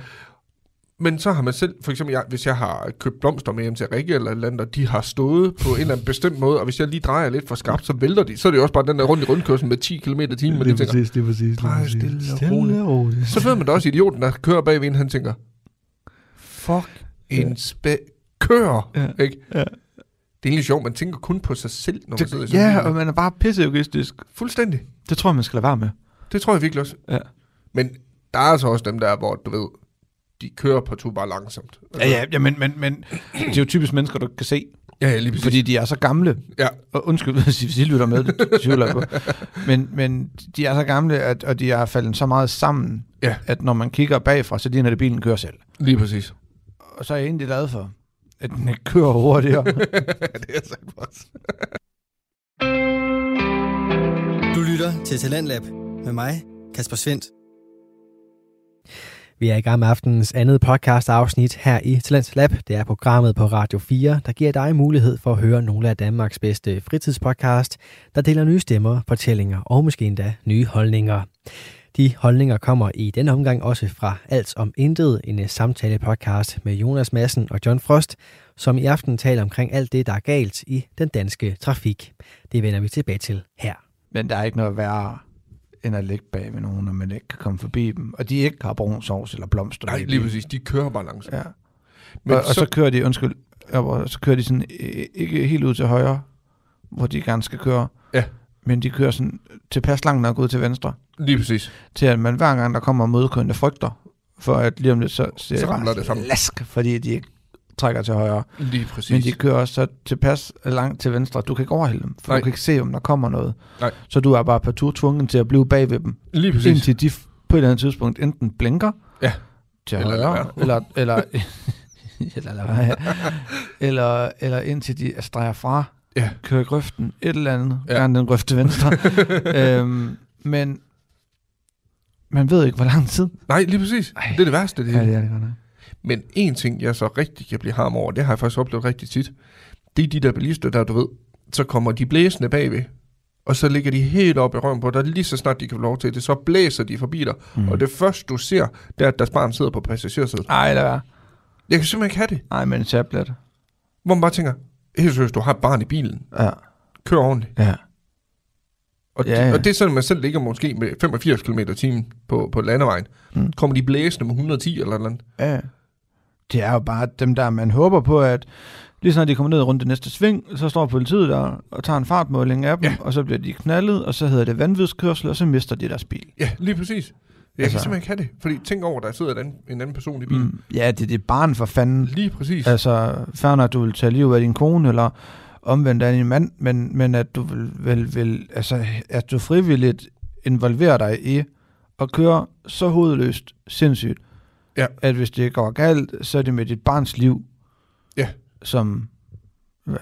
Speaker 9: Men så har man selv, for eksempel jeg, hvis jeg har købt blomster med hjem til Rikke eller et eller andet, og de har stået på en eller anden bestemt måde, og hvis jeg lige drejer lidt for skarpt, så vælter de. Så er det jo også bare den der rundt i rundkørsel med 10 km i timen, og de tænker,
Speaker 10: det er præcis.
Speaker 9: drej stille og roligt. Så ved man da også, idioten, der kører bagved en, han tænker, fuck en spæ... Kør!
Speaker 10: Ja.
Speaker 9: Ikke?
Speaker 10: Ja.
Speaker 9: Det er egentlig sjovt, man tænker kun på sig selv, når man sidder i
Speaker 10: Det,
Speaker 9: sådan en
Speaker 10: ja,
Speaker 9: bil.
Speaker 10: og man er bare pisseegoistisk.
Speaker 9: Fuldstændig.
Speaker 10: Det tror jeg, man skal lade være med.
Speaker 9: Det tror jeg virkelig også.
Speaker 10: Ja.
Speaker 9: Men der er altså også dem der, hvor du ved, de kører på to bare langsomt.
Speaker 10: Ja, ja, ja men, men, men det er jo typisk mennesker, du ikke kan se,
Speaker 9: Ja, ja, lige præcis.
Speaker 10: fordi de er så gamle.
Speaker 9: Ja,
Speaker 10: Og undskyld, hvis I lytter med, det tvivler jeg på. Men, men de er så gamle, at, og de er faldet så meget sammen,
Speaker 9: Ja.
Speaker 10: at når man kigger bagfra, så ligner det, bilen kører selv.
Speaker 9: lige præcis.
Speaker 10: Og så er jeg egentlig glad for, at den ikke kører hurtigere.
Speaker 9: det er sagt også.
Speaker 1: Du lytter til Talentlab med mig, Kasper Svendt. Vi er i gang med aftenens andet podcast afsnit her i Talents Lab. Det er programmet på Radio 4, der giver dig mulighed for at høre nogle af Danmarks bedste fritidspodcast, der deler nye stemmer, fortællinger og måske endda nye holdninger. De holdninger kommer i denne omgang også fra Alt om Intet, en øh, samtale-podcast med Jonas Madsen og John Frost, som i aften taler omkring alt det, der er galt i den danske trafik. Det vender vi tilbage til her.
Speaker 10: men der er ikke noget værre end at ligge bag ved nogen, når man ikke kan komme forbi dem. Og de ikke har brun sovs eller blomster.
Speaker 9: Nej,
Speaker 10: i
Speaker 9: lige
Speaker 10: bilen.
Speaker 9: præcis. De kører bare langsomt.
Speaker 10: Ja.
Speaker 9: Men
Speaker 10: og, så... og så kører de, undskyld, op, og så kører de sådan øh, ikke helt ud til højre, hvor de gerne skal køre.
Speaker 9: Ja.
Speaker 10: Men de kører sådan tilpas langt nok ud til venstre,
Speaker 9: lige præcis.
Speaker 10: til at man hver gang, der kommer modkørende frygter, for at lige om lidt, så ser
Speaker 9: Så
Speaker 10: det bare
Speaker 9: ramler det sammen.
Speaker 10: Lask, fordi de ikke trækker til højre.
Speaker 9: Lige præcis.
Speaker 10: Men de kører også så tilpas langt til venstre. Du kan ikke overhælde dem, for Nej.
Speaker 9: Nej.
Speaker 10: du kan ikke se, om der kommer noget.
Speaker 9: Nej.
Speaker 10: Så du er bare på tur tvunget til at blive bag ved dem,
Speaker 9: Lige præcis.
Speaker 10: Præcis. indtil de f- på et eller andet tidspunkt enten blinker
Speaker 9: Ja.
Speaker 10: til
Speaker 9: Eller
Speaker 10: eller
Speaker 9: lader
Speaker 10: højre, eller, eller, eller, lader være, ja. eller, eller indtil de streger fra,
Speaker 9: Ja.
Speaker 10: kører i grøften, et eller andet, ja.
Speaker 9: Ja.
Speaker 10: gerne den grøft til venstre. øhm, men man ved ikke, hvor lang tid.
Speaker 9: Nej, lige præcis.
Speaker 10: Ej.
Speaker 9: Det er det værste. Det
Speaker 10: Ja,
Speaker 9: ja,
Speaker 10: det
Speaker 9: ja.
Speaker 10: er det godt nok.
Speaker 9: Men en ting, jeg så rigtig kan blive ham over, det har jeg faktisk oplevet rigtig tit, det er de der bilister, der du ved, så kommer de blæsende bagved, og så ligger de helt op i røven på dig, lige så snart de kan få lov til det, så blæser de forbi dig. Mm. Og det første, du ser, det er, at deres barn sidder på passagersædet.
Speaker 10: Ej, lad være.
Speaker 9: Jeg kan simpelthen ikke have det.
Speaker 10: Ej, men en tablet.
Speaker 9: Hvor man bare tænker, helt seriøst, du har et barn i bilen.
Speaker 10: Ja.
Speaker 9: Kør ordentligt.
Speaker 10: Ja.
Speaker 9: Og,
Speaker 10: Ja,
Speaker 9: ja, ja.
Speaker 10: ja.
Speaker 9: og det er sådan, at man selv ligger måske med 85 km i timen på, på landevejen.
Speaker 10: Mm.
Speaker 9: Mm. Kommer de blæsende med 110 eller noget andet.
Speaker 10: Ja. Det er jo bare dem der, man håber på, at Lige snart de kommer ned rundt det næste sving, så står politiet der og tager en fartmåling af dem, ja. og så bliver de knaldet, og så hedder det vanvidskørsel, og så mister de deres bil.
Speaker 9: Ja, lige præcis. Jeg altså, kan simpelthen ikke have det. Fordi tænk over, der sidder en anden, en anden person i bilen. Mm,
Speaker 10: ja, det, det er barn for fanden.
Speaker 9: Lige præcis.
Speaker 10: Altså, færre når du vil tage livet af din kone, eller omvendt af din mand, men, men at du vil, vil, vil, altså, at du frivilligt involverer dig i at køre så hovedløst sindssygt,
Speaker 9: Ja.
Speaker 10: at hvis det går galt, så er det med dit barns liv,
Speaker 9: Ja.
Speaker 10: som... Hvad?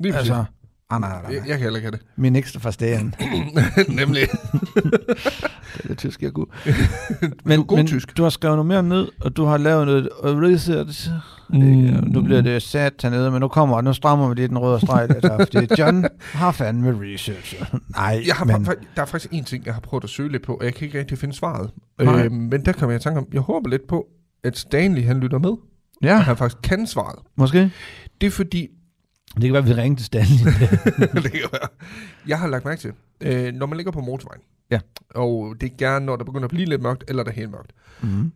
Speaker 9: Lige præcis.
Speaker 10: altså, ah, nej, nej, nej.
Speaker 9: Jeg, jeg kan heller ikke have det.
Speaker 10: Min ekstra forstæren.
Speaker 9: Nemlig.
Speaker 10: det er lidt tysk, jeg kunne.
Speaker 9: men, god men, tysk.
Speaker 10: du har skrevet noget mere ned, og du har lavet noget research. Mm. Nu bliver det sat hernede, men nu kommer nu strammer vi lige den røde streg. der, fordi John har fandme research. Nej,
Speaker 9: Jeg har,
Speaker 10: men...
Speaker 9: men... Der er faktisk en ting, jeg har prøvet at søge lidt på, og jeg kan ikke rigtig finde svaret.
Speaker 10: Nej.
Speaker 9: Øh, men der kommer jeg i tanke om, jeg håber lidt på, at Stanley han lytter med.
Speaker 10: Ja.
Speaker 9: Og han faktisk kan svaret.
Speaker 10: Måske.
Speaker 9: Det er fordi,
Speaker 10: Det kan være, vi ringer til Stanley.
Speaker 9: det kan være. Jeg har lagt mærke til, øh, når man ligger på motorvejen,
Speaker 10: Ja.
Speaker 9: og det er gerne, når der begynder at blive lidt mørkt, eller der er helt mørkt,
Speaker 10: mm.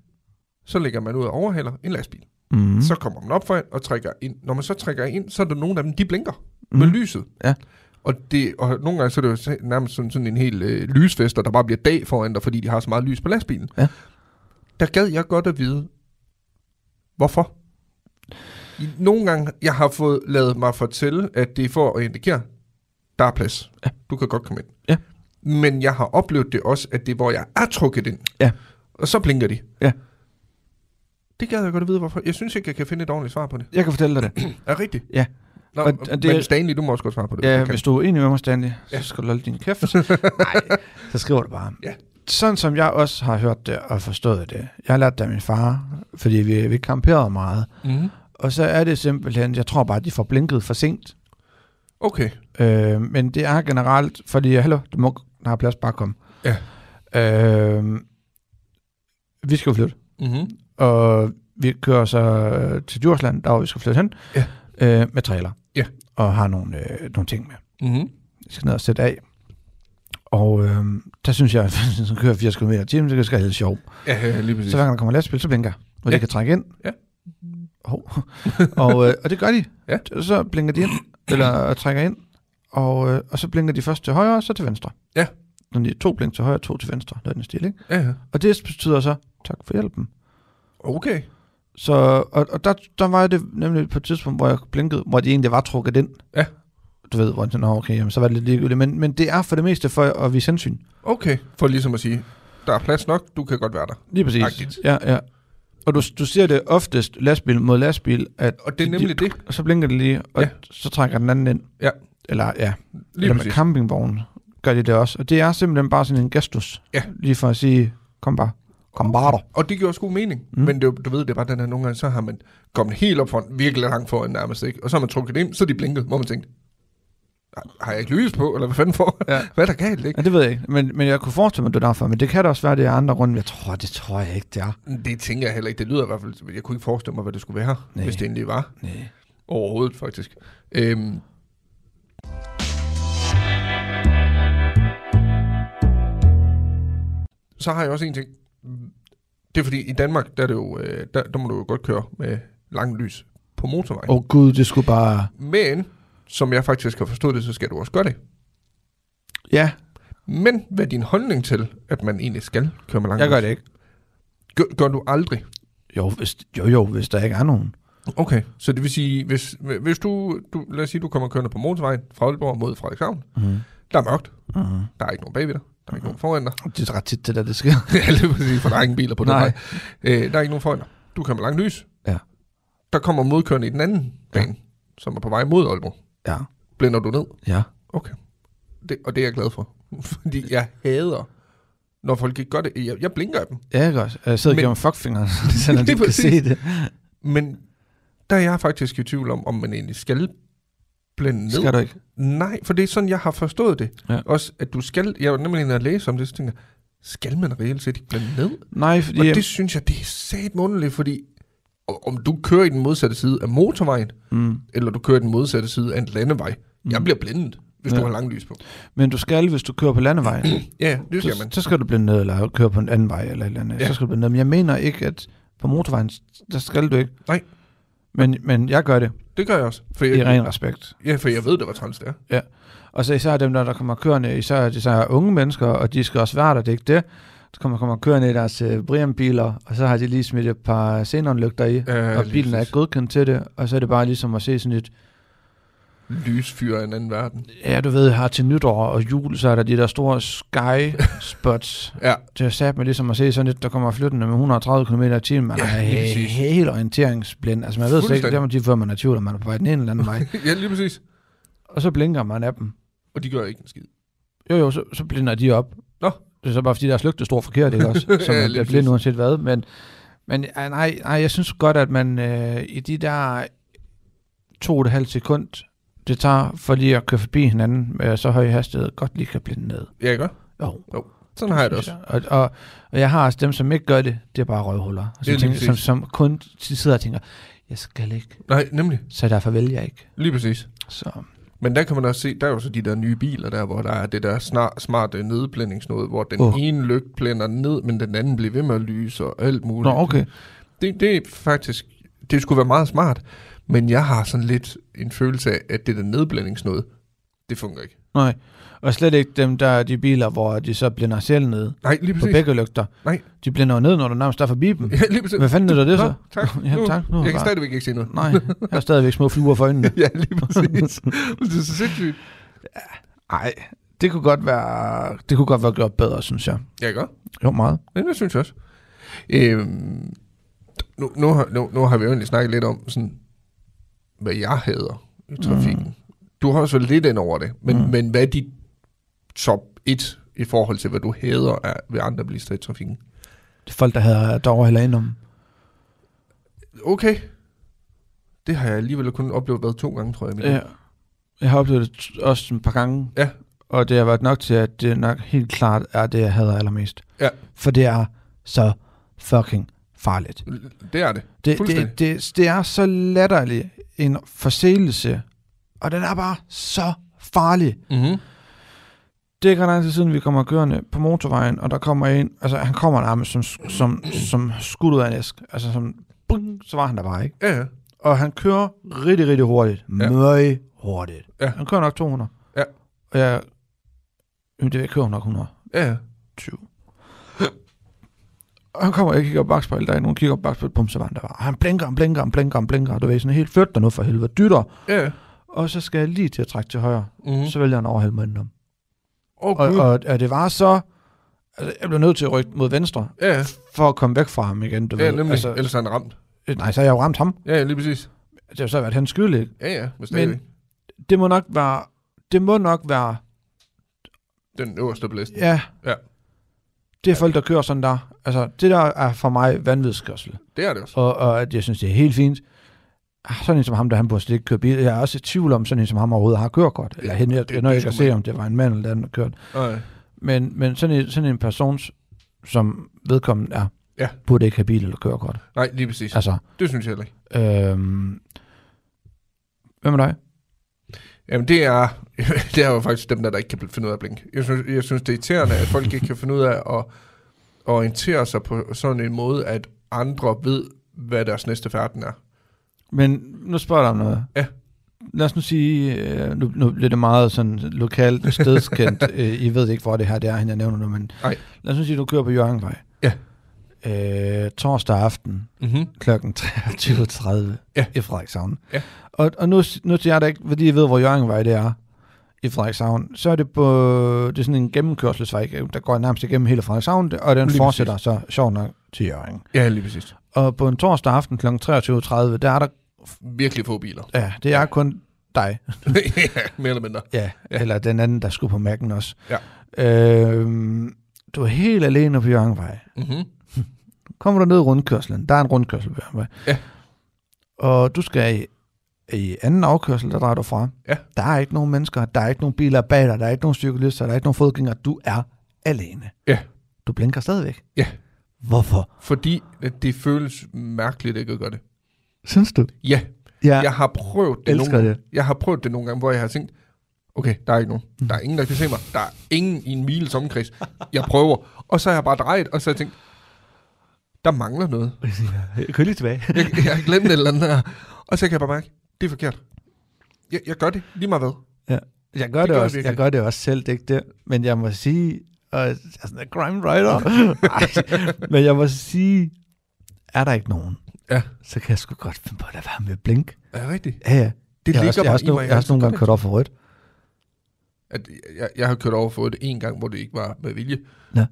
Speaker 9: så ligger man ud og overhaler en lastbil.
Speaker 10: Mm.
Speaker 9: Så kommer man op foran og trækker ind. Når man så trækker ind, så er der nogle af dem, de blinker mm. med lyset.
Speaker 10: Ja.
Speaker 9: Og, det, og nogle gange så er det jo så- nærmest sådan, sådan en hel øh, lysfester, der bare bliver dag foran dig, fordi de har så meget lys på lastbilen.
Speaker 10: Ja.
Speaker 9: Der gad jeg godt at vide, hvorfor. I- Nogle gange, jeg har fået lavet mig fortælle, at det er for at indikere, der er plads. Ja. Du kan godt komme ind.
Speaker 10: Ja.
Speaker 9: Men jeg har oplevet det også, at det er, hvor jeg er trukket ind.
Speaker 10: Ja.
Speaker 9: Og så blinker de.
Speaker 10: Ja.
Speaker 9: Det gad jeg godt at vide, hvorfor. Jeg synes ikke, jeg kan finde et ordentligt svar på det.
Speaker 10: Jeg kan fortælle dig det.
Speaker 9: Er det rigtigt?
Speaker 10: Ja.
Speaker 9: Nå,
Speaker 10: Og-
Speaker 9: og,
Speaker 10: og det-
Speaker 9: det, men Stanley, du må også godt svare på det. hvis
Speaker 10: Ja,
Speaker 9: du kan.
Speaker 10: hvis du er enig med mig, Stanley, så skal du holde din kæft. Nej, så skriver du bare.
Speaker 9: Ja.
Speaker 10: Sådan som jeg også har hørt det og forstået det. Jeg har lært det af min far, fordi vi, vi kamperede meget.
Speaker 9: Mhm.
Speaker 10: Og så er det simpelthen, jeg tror bare, de får blinket for sent.
Speaker 9: Okay.
Speaker 10: Øh, men det er generelt, fordi, hallo, du må, der er plads, bare kom.
Speaker 9: Ja.
Speaker 10: Øh, vi skal jo flytte
Speaker 9: Mm-hmm.
Speaker 10: og vi kører så øh, til Djursland, der hvor vi skal flytte hen,
Speaker 9: Ja.
Speaker 10: øh, med trailer.
Speaker 9: Ja.
Speaker 10: Og har nogle, øh, nogle ting med.
Speaker 9: Mm-hmm.
Speaker 10: Jeg skal ned og sætte af. Og øh, der synes jeg, at hvis jeg kører 80 km i timen, så kan jeg helt sjov.
Speaker 9: Ja, ja, lige præcis.
Speaker 10: Så hver gang der kommer lastbil, så blinker jeg, og ja.
Speaker 9: Ja.
Speaker 10: de kan trække ind.
Speaker 9: Ja.
Speaker 10: Hov. og, øh, og det gør de.
Speaker 9: Ja.
Speaker 10: Så blinker de ind, eller trækker ind, og, øh, og så blinker de først til højre, og så til venstre.
Speaker 9: Ja.
Speaker 10: Når de er to blink til højre, to til venstre, noget i den stil, ikke?
Speaker 9: Ja, ja.
Speaker 10: Og det betyder så, tak for hjælpen.
Speaker 9: Okay.
Speaker 10: Så, og, og der, der var det nemlig på et tidspunkt, hvor jeg blinkede, hvor de egentlig var trukket ind.
Speaker 9: Ja.
Speaker 10: Du ved, hvor den er okay, jamen, så var det lidt ligegyldigt. Men, men det er for det meste for at vise hensyn.
Speaker 9: Okay. For ligesom at sige, der er plads nok, du kan godt være der.
Speaker 10: Lige præcis.
Speaker 9: Agtigt.
Speaker 10: Ja, ja. Og du, du ser det oftest lastbil mod lastbil, at
Speaker 9: Og det er nemlig
Speaker 10: de,
Speaker 9: det.
Speaker 10: Og så blinker det lige, og ja.
Speaker 9: Ja.
Speaker 10: så trækker den anden ind.
Speaker 9: Ja.
Speaker 10: Eller ja,
Speaker 9: Lige
Speaker 10: eller med
Speaker 9: præcis.
Speaker 10: campingvognen gør de det også. Og det er simpelthen bare sådan en gestus.
Speaker 9: Ja.
Speaker 10: Lige for at sige, kom bare. Kom bare der.
Speaker 9: Og det giver også god mening.
Speaker 10: Mhm.
Speaker 9: Mm. Men det, er jo- du ved, det er bare den her, nogle gange, så har man kommet helt op foran, virkelig langt foran nærmest, ikke? Og så har man trukket ind, så er de blinket, hvor man tænkte, "Har- har jeg ikke lys på, eller hvad fanden for? Ja. hvad er der galt, ikke?
Speaker 10: Ja, det ved jeg ikke. Men, men jeg kunne forestille mig, det er derfor. Men det kan da også være, det er andre grunde. Jeg tror, det tror jeg ikke, det er.
Speaker 9: Det tænker jeg heller ikke. Det lyder i hvert fald... Jeg kunne ikke forestille mig, hvad det skulle være,
Speaker 10: Nej.
Speaker 9: Nej. hvis det endelig var. Nej. Overhovedet, faktisk. Øhm, så har jeg også en ting. Det er fordi, i Danmark, der, er det jo, øh, der, der må du jo godt køre med langt lys på motorvejen.
Speaker 10: Åh oh, gud, det skulle bare...
Speaker 9: Men, som jeg faktisk har forstået det, så skal du også gøre det.
Speaker 10: Ja,
Speaker 9: Men hvad er din holdning til, at man egentlig skal køre med langt
Speaker 10: jeg
Speaker 9: lys?
Speaker 10: gør det ikke.
Speaker 9: Gør, gør du aldrig?
Speaker 10: Jo, hvis, jo, jo, hvis der ikke er nogen.
Speaker 9: Okay, så det vil sige, hvis, hvis du, du, lad os sige, du kommer kørende på motorvejen fra Aalborg mod Frederikshavn,
Speaker 10: Mm.
Speaker 9: der er mørkt,
Speaker 10: Mm.
Speaker 9: der er ikke nogen bagved dig, der
Speaker 10: Mhm.
Speaker 9: er ikke nogen foran dig,
Speaker 10: Det er ret tit, det der, det sker.
Speaker 9: ja, lige præcis, for der er ingen biler på den
Speaker 10: Nej.
Speaker 9: vej, øh, der er ikke nogen foran dig, du kører med langt lys,
Speaker 10: Ja.
Speaker 9: der kommer modkørende i den anden bane, som er på vej mod Aalborg,
Speaker 10: Ja.
Speaker 9: blænder du ned,
Speaker 10: Ja.
Speaker 9: okay, det, og det er jeg glad for, fordi jeg hader, når folk ikke gør det, jeg, jeg blinker af dem,
Speaker 10: Ja, ikke også? Jeg sidder og
Speaker 9: Men-
Speaker 10: giver mig fuckfingeren, selvom de
Speaker 9: Lige
Speaker 10: kan se
Speaker 9: præcis.
Speaker 10: det.
Speaker 9: men der er jeg faktisk i tvivl om, om man egentlig skal blænde ned.
Speaker 10: Skal du ikke?
Speaker 9: Nej, for det er sådan, jeg har forstået det.
Speaker 10: Ja.
Speaker 9: Ja. Også at du skal, jeg var nemlig inde og læse om det, så tænker jeg, skal man reelt set ikke blande ned?
Speaker 10: Nej, fordi...
Speaker 9: Og det synes jeg, det er sat underligt, fordi o- om du kører i den modsatte side af motorvejen,
Speaker 10: mm.
Speaker 9: eller du kører i den modsatte side af en landevej, mm. jeg bliver blændet, hvis
Speaker 10: Ja.
Speaker 9: du har langlys på.
Speaker 10: Men du skal, hvis du kører på landevejen,
Speaker 9: Ja, det skal
Speaker 10: så,
Speaker 9: man.
Speaker 10: så skal du blive ned, eller køre på en anden vej, eller et eller andet. Ja.
Speaker 9: Ja.
Speaker 10: Så skal du blive ned. Men jeg mener ikke, at på motorvejen, der skal du ikke.
Speaker 9: Nej. Øh.
Speaker 10: Men, men jeg gør det.
Speaker 9: Det gør jeg også. For jeg,
Speaker 10: I ren respekt.
Speaker 9: Ja, for jeg ved da, hvor træls det er.
Speaker 10: Ja. Og så især dem, der, der kommer kørende, især, især unge mennesker, og de skal også være der, det er ikke det. Så kommer, kommer kørende i deres øh, Brian-biler, og så har de lige smidt et par xenonlygter i,
Speaker 9: Ja,
Speaker 10: og
Speaker 9: lige
Speaker 10: bilen er
Speaker 9: præcis.
Speaker 10: ikke godkendt til det, og så er det bare ligesom at se sådan et,
Speaker 9: Lysfyr af en anden verden.
Speaker 10: ja, du ved, her til nytår og jul, så er der de der store sky spots.
Speaker 9: Ja.
Speaker 10: Det er sat med ligesom at se sådan lidt, der kommer flyttende med 130 km i timen. Man
Speaker 9: Ja,
Speaker 10: ja, er
Speaker 9: lige
Speaker 10: he-
Speaker 9: præcis.
Speaker 10: helt orienteringsblind. Altså man ved slet ikke,
Speaker 9: Fuldstændig.
Speaker 10: der må de før man er i tvivl, om man er på vej den ene eller anden vej.
Speaker 9: ja, lige præcis.
Speaker 10: Og så blinker man af dem.
Speaker 9: Og de gør ikke en skid.
Speaker 10: Jo, jo, så, så blinder de op.
Speaker 9: Nå.
Speaker 10: Det er så bare, fordi deres lygte står forkert, ikke også? Så
Speaker 9: Ja, lige
Speaker 10: man bliver blind
Speaker 9: præcis.
Speaker 10: uanset hvad. Men, men ej, nej, nej, jeg synes godt, at man øh, i de der to og et halvt sekund, det tager for lige at køre forbi hinanden med så høj hastighed, godt lige kan blinde ned.
Speaker 9: Ja, ikke?
Speaker 10: Jo.
Speaker 9: jo. Sådan har jeg det også.
Speaker 10: Og, og, og jeg har også dem, som ikke gør det, det er bare røvhuller.
Speaker 9: Det er
Speaker 10: Som, tænker,
Speaker 9: lige
Speaker 10: som,
Speaker 9: præcis.
Speaker 10: som kun sidder og tænker, jeg skal ikke,
Speaker 9: Nej, nemlig.
Speaker 10: så derfor vælger jeg ikke.
Speaker 9: Lige præcis.
Speaker 10: Så
Speaker 9: Men der kan man også se, der er jo så de der nye biler der, hvor der er det der snar, smarte nedblændingsnode, hvor den
Speaker 10: Åh.
Speaker 9: oh. ene lygt blænder ned, men den anden bliver ved med at lyse og alt
Speaker 10: Nå,
Speaker 9: muligt.
Speaker 10: okay.
Speaker 9: Det, det er faktisk, det skulle være meget smart, men jeg har sådan lidt en følelse af, at det der nedblændingsnode, det fungerer ikke.
Speaker 10: Nej. Og slet ikke dem, der er de biler, hvor de så blænder selv ned.
Speaker 9: Nej, lige
Speaker 10: på
Speaker 9: præcis.
Speaker 10: begge lygter.
Speaker 9: Nej.
Speaker 10: De blænder jo ned, når du nærmest er forbi dem.
Speaker 9: Ja, lige præcis.
Speaker 10: Hvad fanden nytter det så?
Speaker 9: Nå, tak.
Speaker 10: Ja,
Speaker 9: nu,
Speaker 10: tak. Nu er
Speaker 9: jeg
Speaker 10: det
Speaker 9: kan
Speaker 10: bare-
Speaker 9: stadigvæk ikke se noget.
Speaker 10: Nej, jeg har stadigvæk små fluer for øjnene.
Speaker 9: ja, lige præcis. det er så sindssygt.
Speaker 10: Nej, det kunne godt være, det kunne godt være gjort bedre, synes jeg.
Speaker 9: Ja, ikke også?
Speaker 10: Jo, meget.
Speaker 9: Ja, det synes jeg også. Øhm, nu, nu, har, nu, nu har vi jo egentlig snakket lidt om, sådan, hvad jeg hader i trafikken. Mm. Du har også været lidt ind over det, men, mm. men hvad er dit top 1 i forhold til, hvad du hader af, ved andre bilister i trafikken?
Speaker 10: Det er folk, der havde derovre heller indenom.
Speaker 9: Okay. Det har jeg alligevel kun oplevet været to gange, tror jeg. Mikkel.
Speaker 10: Ja. Øh, Jeg har oplevet det t- også et par gange.
Speaker 9: Ja.
Speaker 10: Og det har været nok til, at det nok helt klart er det, jeg hader allermest.
Speaker 9: Ja.
Speaker 10: For det er så fucking farligt.
Speaker 9: Det er det.
Speaker 10: Det,
Speaker 9: Fuldstændig.
Speaker 10: det, det, det er så latterlig en forseelse, og den er bare så farlig.
Speaker 9: Mm-hmm.
Speaker 10: Det er ikke ret lang tid siden, vi kommer kørende på motorvejen, og der kommer en, altså han kommer nærmest som, som, som skudt ud af en æsk. Altså som, bling, så var han der bare, ikke?
Speaker 9: Ja, ja.
Speaker 10: Og han kører rigtig, rigtig hurtigt.
Speaker 9: Ja.
Speaker 10: Ja. Møg hurtigt.
Speaker 9: Ja.
Speaker 10: Han kører nok 200.
Speaker 9: Ja.
Speaker 10: Og jeg, jamen det jeg kører nok 120.
Speaker 9: ja, ja.
Speaker 10: Og han kommer, jeg kigger på bagspejlet, der er ikke nogen, kigger på bagspejlet, pum, så var han der bare. Og han blinker, han blinker, han blinker, han blinker, og du ved sådan helt flyt dig nu for helvede, dytter.
Speaker 9: ja. ja.
Speaker 10: Og så skal jeg lige til at trække til højre,
Speaker 9: Mhm.
Speaker 10: mm. så vælger han overhælde mig indenom.
Speaker 9: Oh,
Speaker 10: Og, og, og det var så... Altså, jeg blev nødt til at rykke mod venstre,
Speaker 9: ja, ja.
Speaker 10: for at komme væk fra ham igen, du
Speaker 9: ja,
Speaker 10: ved.
Speaker 9: nemlig. Altså,
Speaker 10: Altså,
Speaker 9: Ellers er han ramt.
Speaker 10: øh, nej, så har jeg jo ramt ham.
Speaker 9: Ja, ja, lige præcis.
Speaker 10: Det har så været hans skyld, ikke?
Speaker 9: Ja, ja. Men,
Speaker 10: Men
Speaker 9: stadigvæk.
Speaker 10: det må nok være... Det må nok være...
Speaker 9: den øverste på listen.
Speaker 10: Ja.
Speaker 9: Ja.
Speaker 10: Det er folk, der kører sådan der. Altså, det der er for mig vanvidskørsel.
Speaker 9: Det er det også.
Speaker 10: Og, og at jeg synes, det er helt fint. Ah, Sådan en som ham, der han burde slet ikke køre bil. Jeg er også i tvivl om, sådan en som ham overhovedet har kørekort. Eller hende, jeg,
Speaker 9: det-
Speaker 10: jeg når
Speaker 9: det
Speaker 10: ikke at
Speaker 9: skulle
Speaker 10: se, om det var en mand eller den, der kørte.
Speaker 9: Nej.
Speaker 10: Men, men sådan, en, sådan en person, som vedkommende er,
Speaker 9: Ja.
Speaker 10: burde ikke have bil eller kørekort.
Speaker 9: Nej, lige præcis.
Speaker 10: Altså,
Speaker 9: Det synes jeg heller ikke.
Speaker 10: øhm, hvad med dig?
Speaker 9: Jamen, det er, det er jo faktisk dem, der, der ikke kan finde ud af at blinke. Jeg synes, jeg synes, det er irriterende, at folk ikke kan finde ud af at orientere sig på sådan en måde, at andre ved, hvad deres næste færden er.
Speaker 10: Men nu spørger jeg dig om noget.
Speaker 9: Ja.
Speaker 10: Lad os nu sige, øh, nu, nu bliver det meget sådan lokalt stedskendt. øh, I ved ikke, hvor det her det er, hende jeg nævner nu, men
Speaker 9: Nej.
Speaker 10: lad os nu sige, at du kører på Jørgenvej.
Speaker 9: Ja.
Speaker 10: Øh, torsdag aften
Speaker 9: Mm-hmm.
Speaker 10: kl. 23.30
Speaker 9: Ja.
Speaker 10: i Frederikshavn.
Speaker 9: Ja.
Speaker 10: Og, og nu, nu til jer, der ikke, fordi I ved, hvor Jørgenvej det er i Frederikshavn, så er det på, det er sådan en gennemkørselsvej, der går nærmest igennem hele Frederikshavn, og den
Speaker 9: Lige
Speaker 10: fortsætter så sjovt nok til Jørgen.
Speaker 9: Ja, lige præcis.
Speaker 10: Og på en torsdag aften kl. 23.30, der er der
Speaker 9: Virkelig få biler.
Speaker 10: Ja, det er kun dig.
Speaker 9: ja, mere eller mindre.
Speaker 10: Ja, ja. eller den anden, der skulle på mærken også.
Speaker 9: Ja.
Speaker 10: Øhm, du er helt alene på Jørgenvej.
Speaker 9: Mm-hmm.
Speaker 10: Kommer du ned i rundkørslen? Der er en rundkørsel på Jørgenvej.
Speaker 9: Ja.
Speaker 10: Og du skal i, i anden afkørsel, der drejer du fra.
Speaker 9: Ja.
Speaker 10: Der er ikke nogen mennesker, der er ikke nogen biler bag dig, der er ikke nogen cyklister, der er ikke nogen fodgængere. Du er alene.
Speaker 9: Ja.
Speaker 10: Du blinker stadigvæk.
Speaker 9: Ja.
Speaker 10: Hvorfor?
Speaker 9: Fordi at det føles mærkeligt ikke at gøre det.
Speaker 10: Synes du?
Speaker 9: Ja,
Speaker 10: Ja.
Speaker 9: jeg har prøvet det
Speaker 10: elsker
Speaker 9: nogle gange.
Speaker 10: det.
Speaker 9: Jeg har prøvet det nogle gange, hvor jeg har tænkt, okay, der er ikke nogen. Der er ingen, der kan se mig. Der er ingen i en miles omkreds. Jeg prøver. Og så har jeg bare drejet, og så har jeg tænkt, der mangler noget.
Speaker 10: Jeg kører lige tilbage.
Speaker 9: Jeg, jeg har glemt et eller andet her. Og så kan jeg bare mærke, det er forkert. Jeg, jeg gør det lige meget hvad.
Speaker 10: Ja. Jeg gør det, det gør også, jeg, jeg gør det også selv, det er ikke det. Men jeg må sige, og jeg er sådan en crime writer, Ej, men jeg må sige, er der ikke nogen,
Speaker 9: ja.
Speaker 10: så kan jeg sgu godt finde på at lade være med at blink.
Speaker 9: Er det rigtigt?
Speaker 10: Ja, ja.
Speaker 9: Det
Speaker 10: jeg
Speaker 9: ligger
Speaker 10: har også, jeg
Speaker 9: bare
Speaker 10: har også,
Speaker 9: i mig,
Speaker 10: nogle-
Speaker 9: jeg
Speaker 10: jeg har også
Speaker 9: elsker
Speaker 10: nogle gange
Speaker 9: det.
Speaker 10: kørt over for rødt.
Speaker 9: At jeg, jeg har kørt over for det en gang, hvor det ikke var med vilje.
Speaker 10: Ja.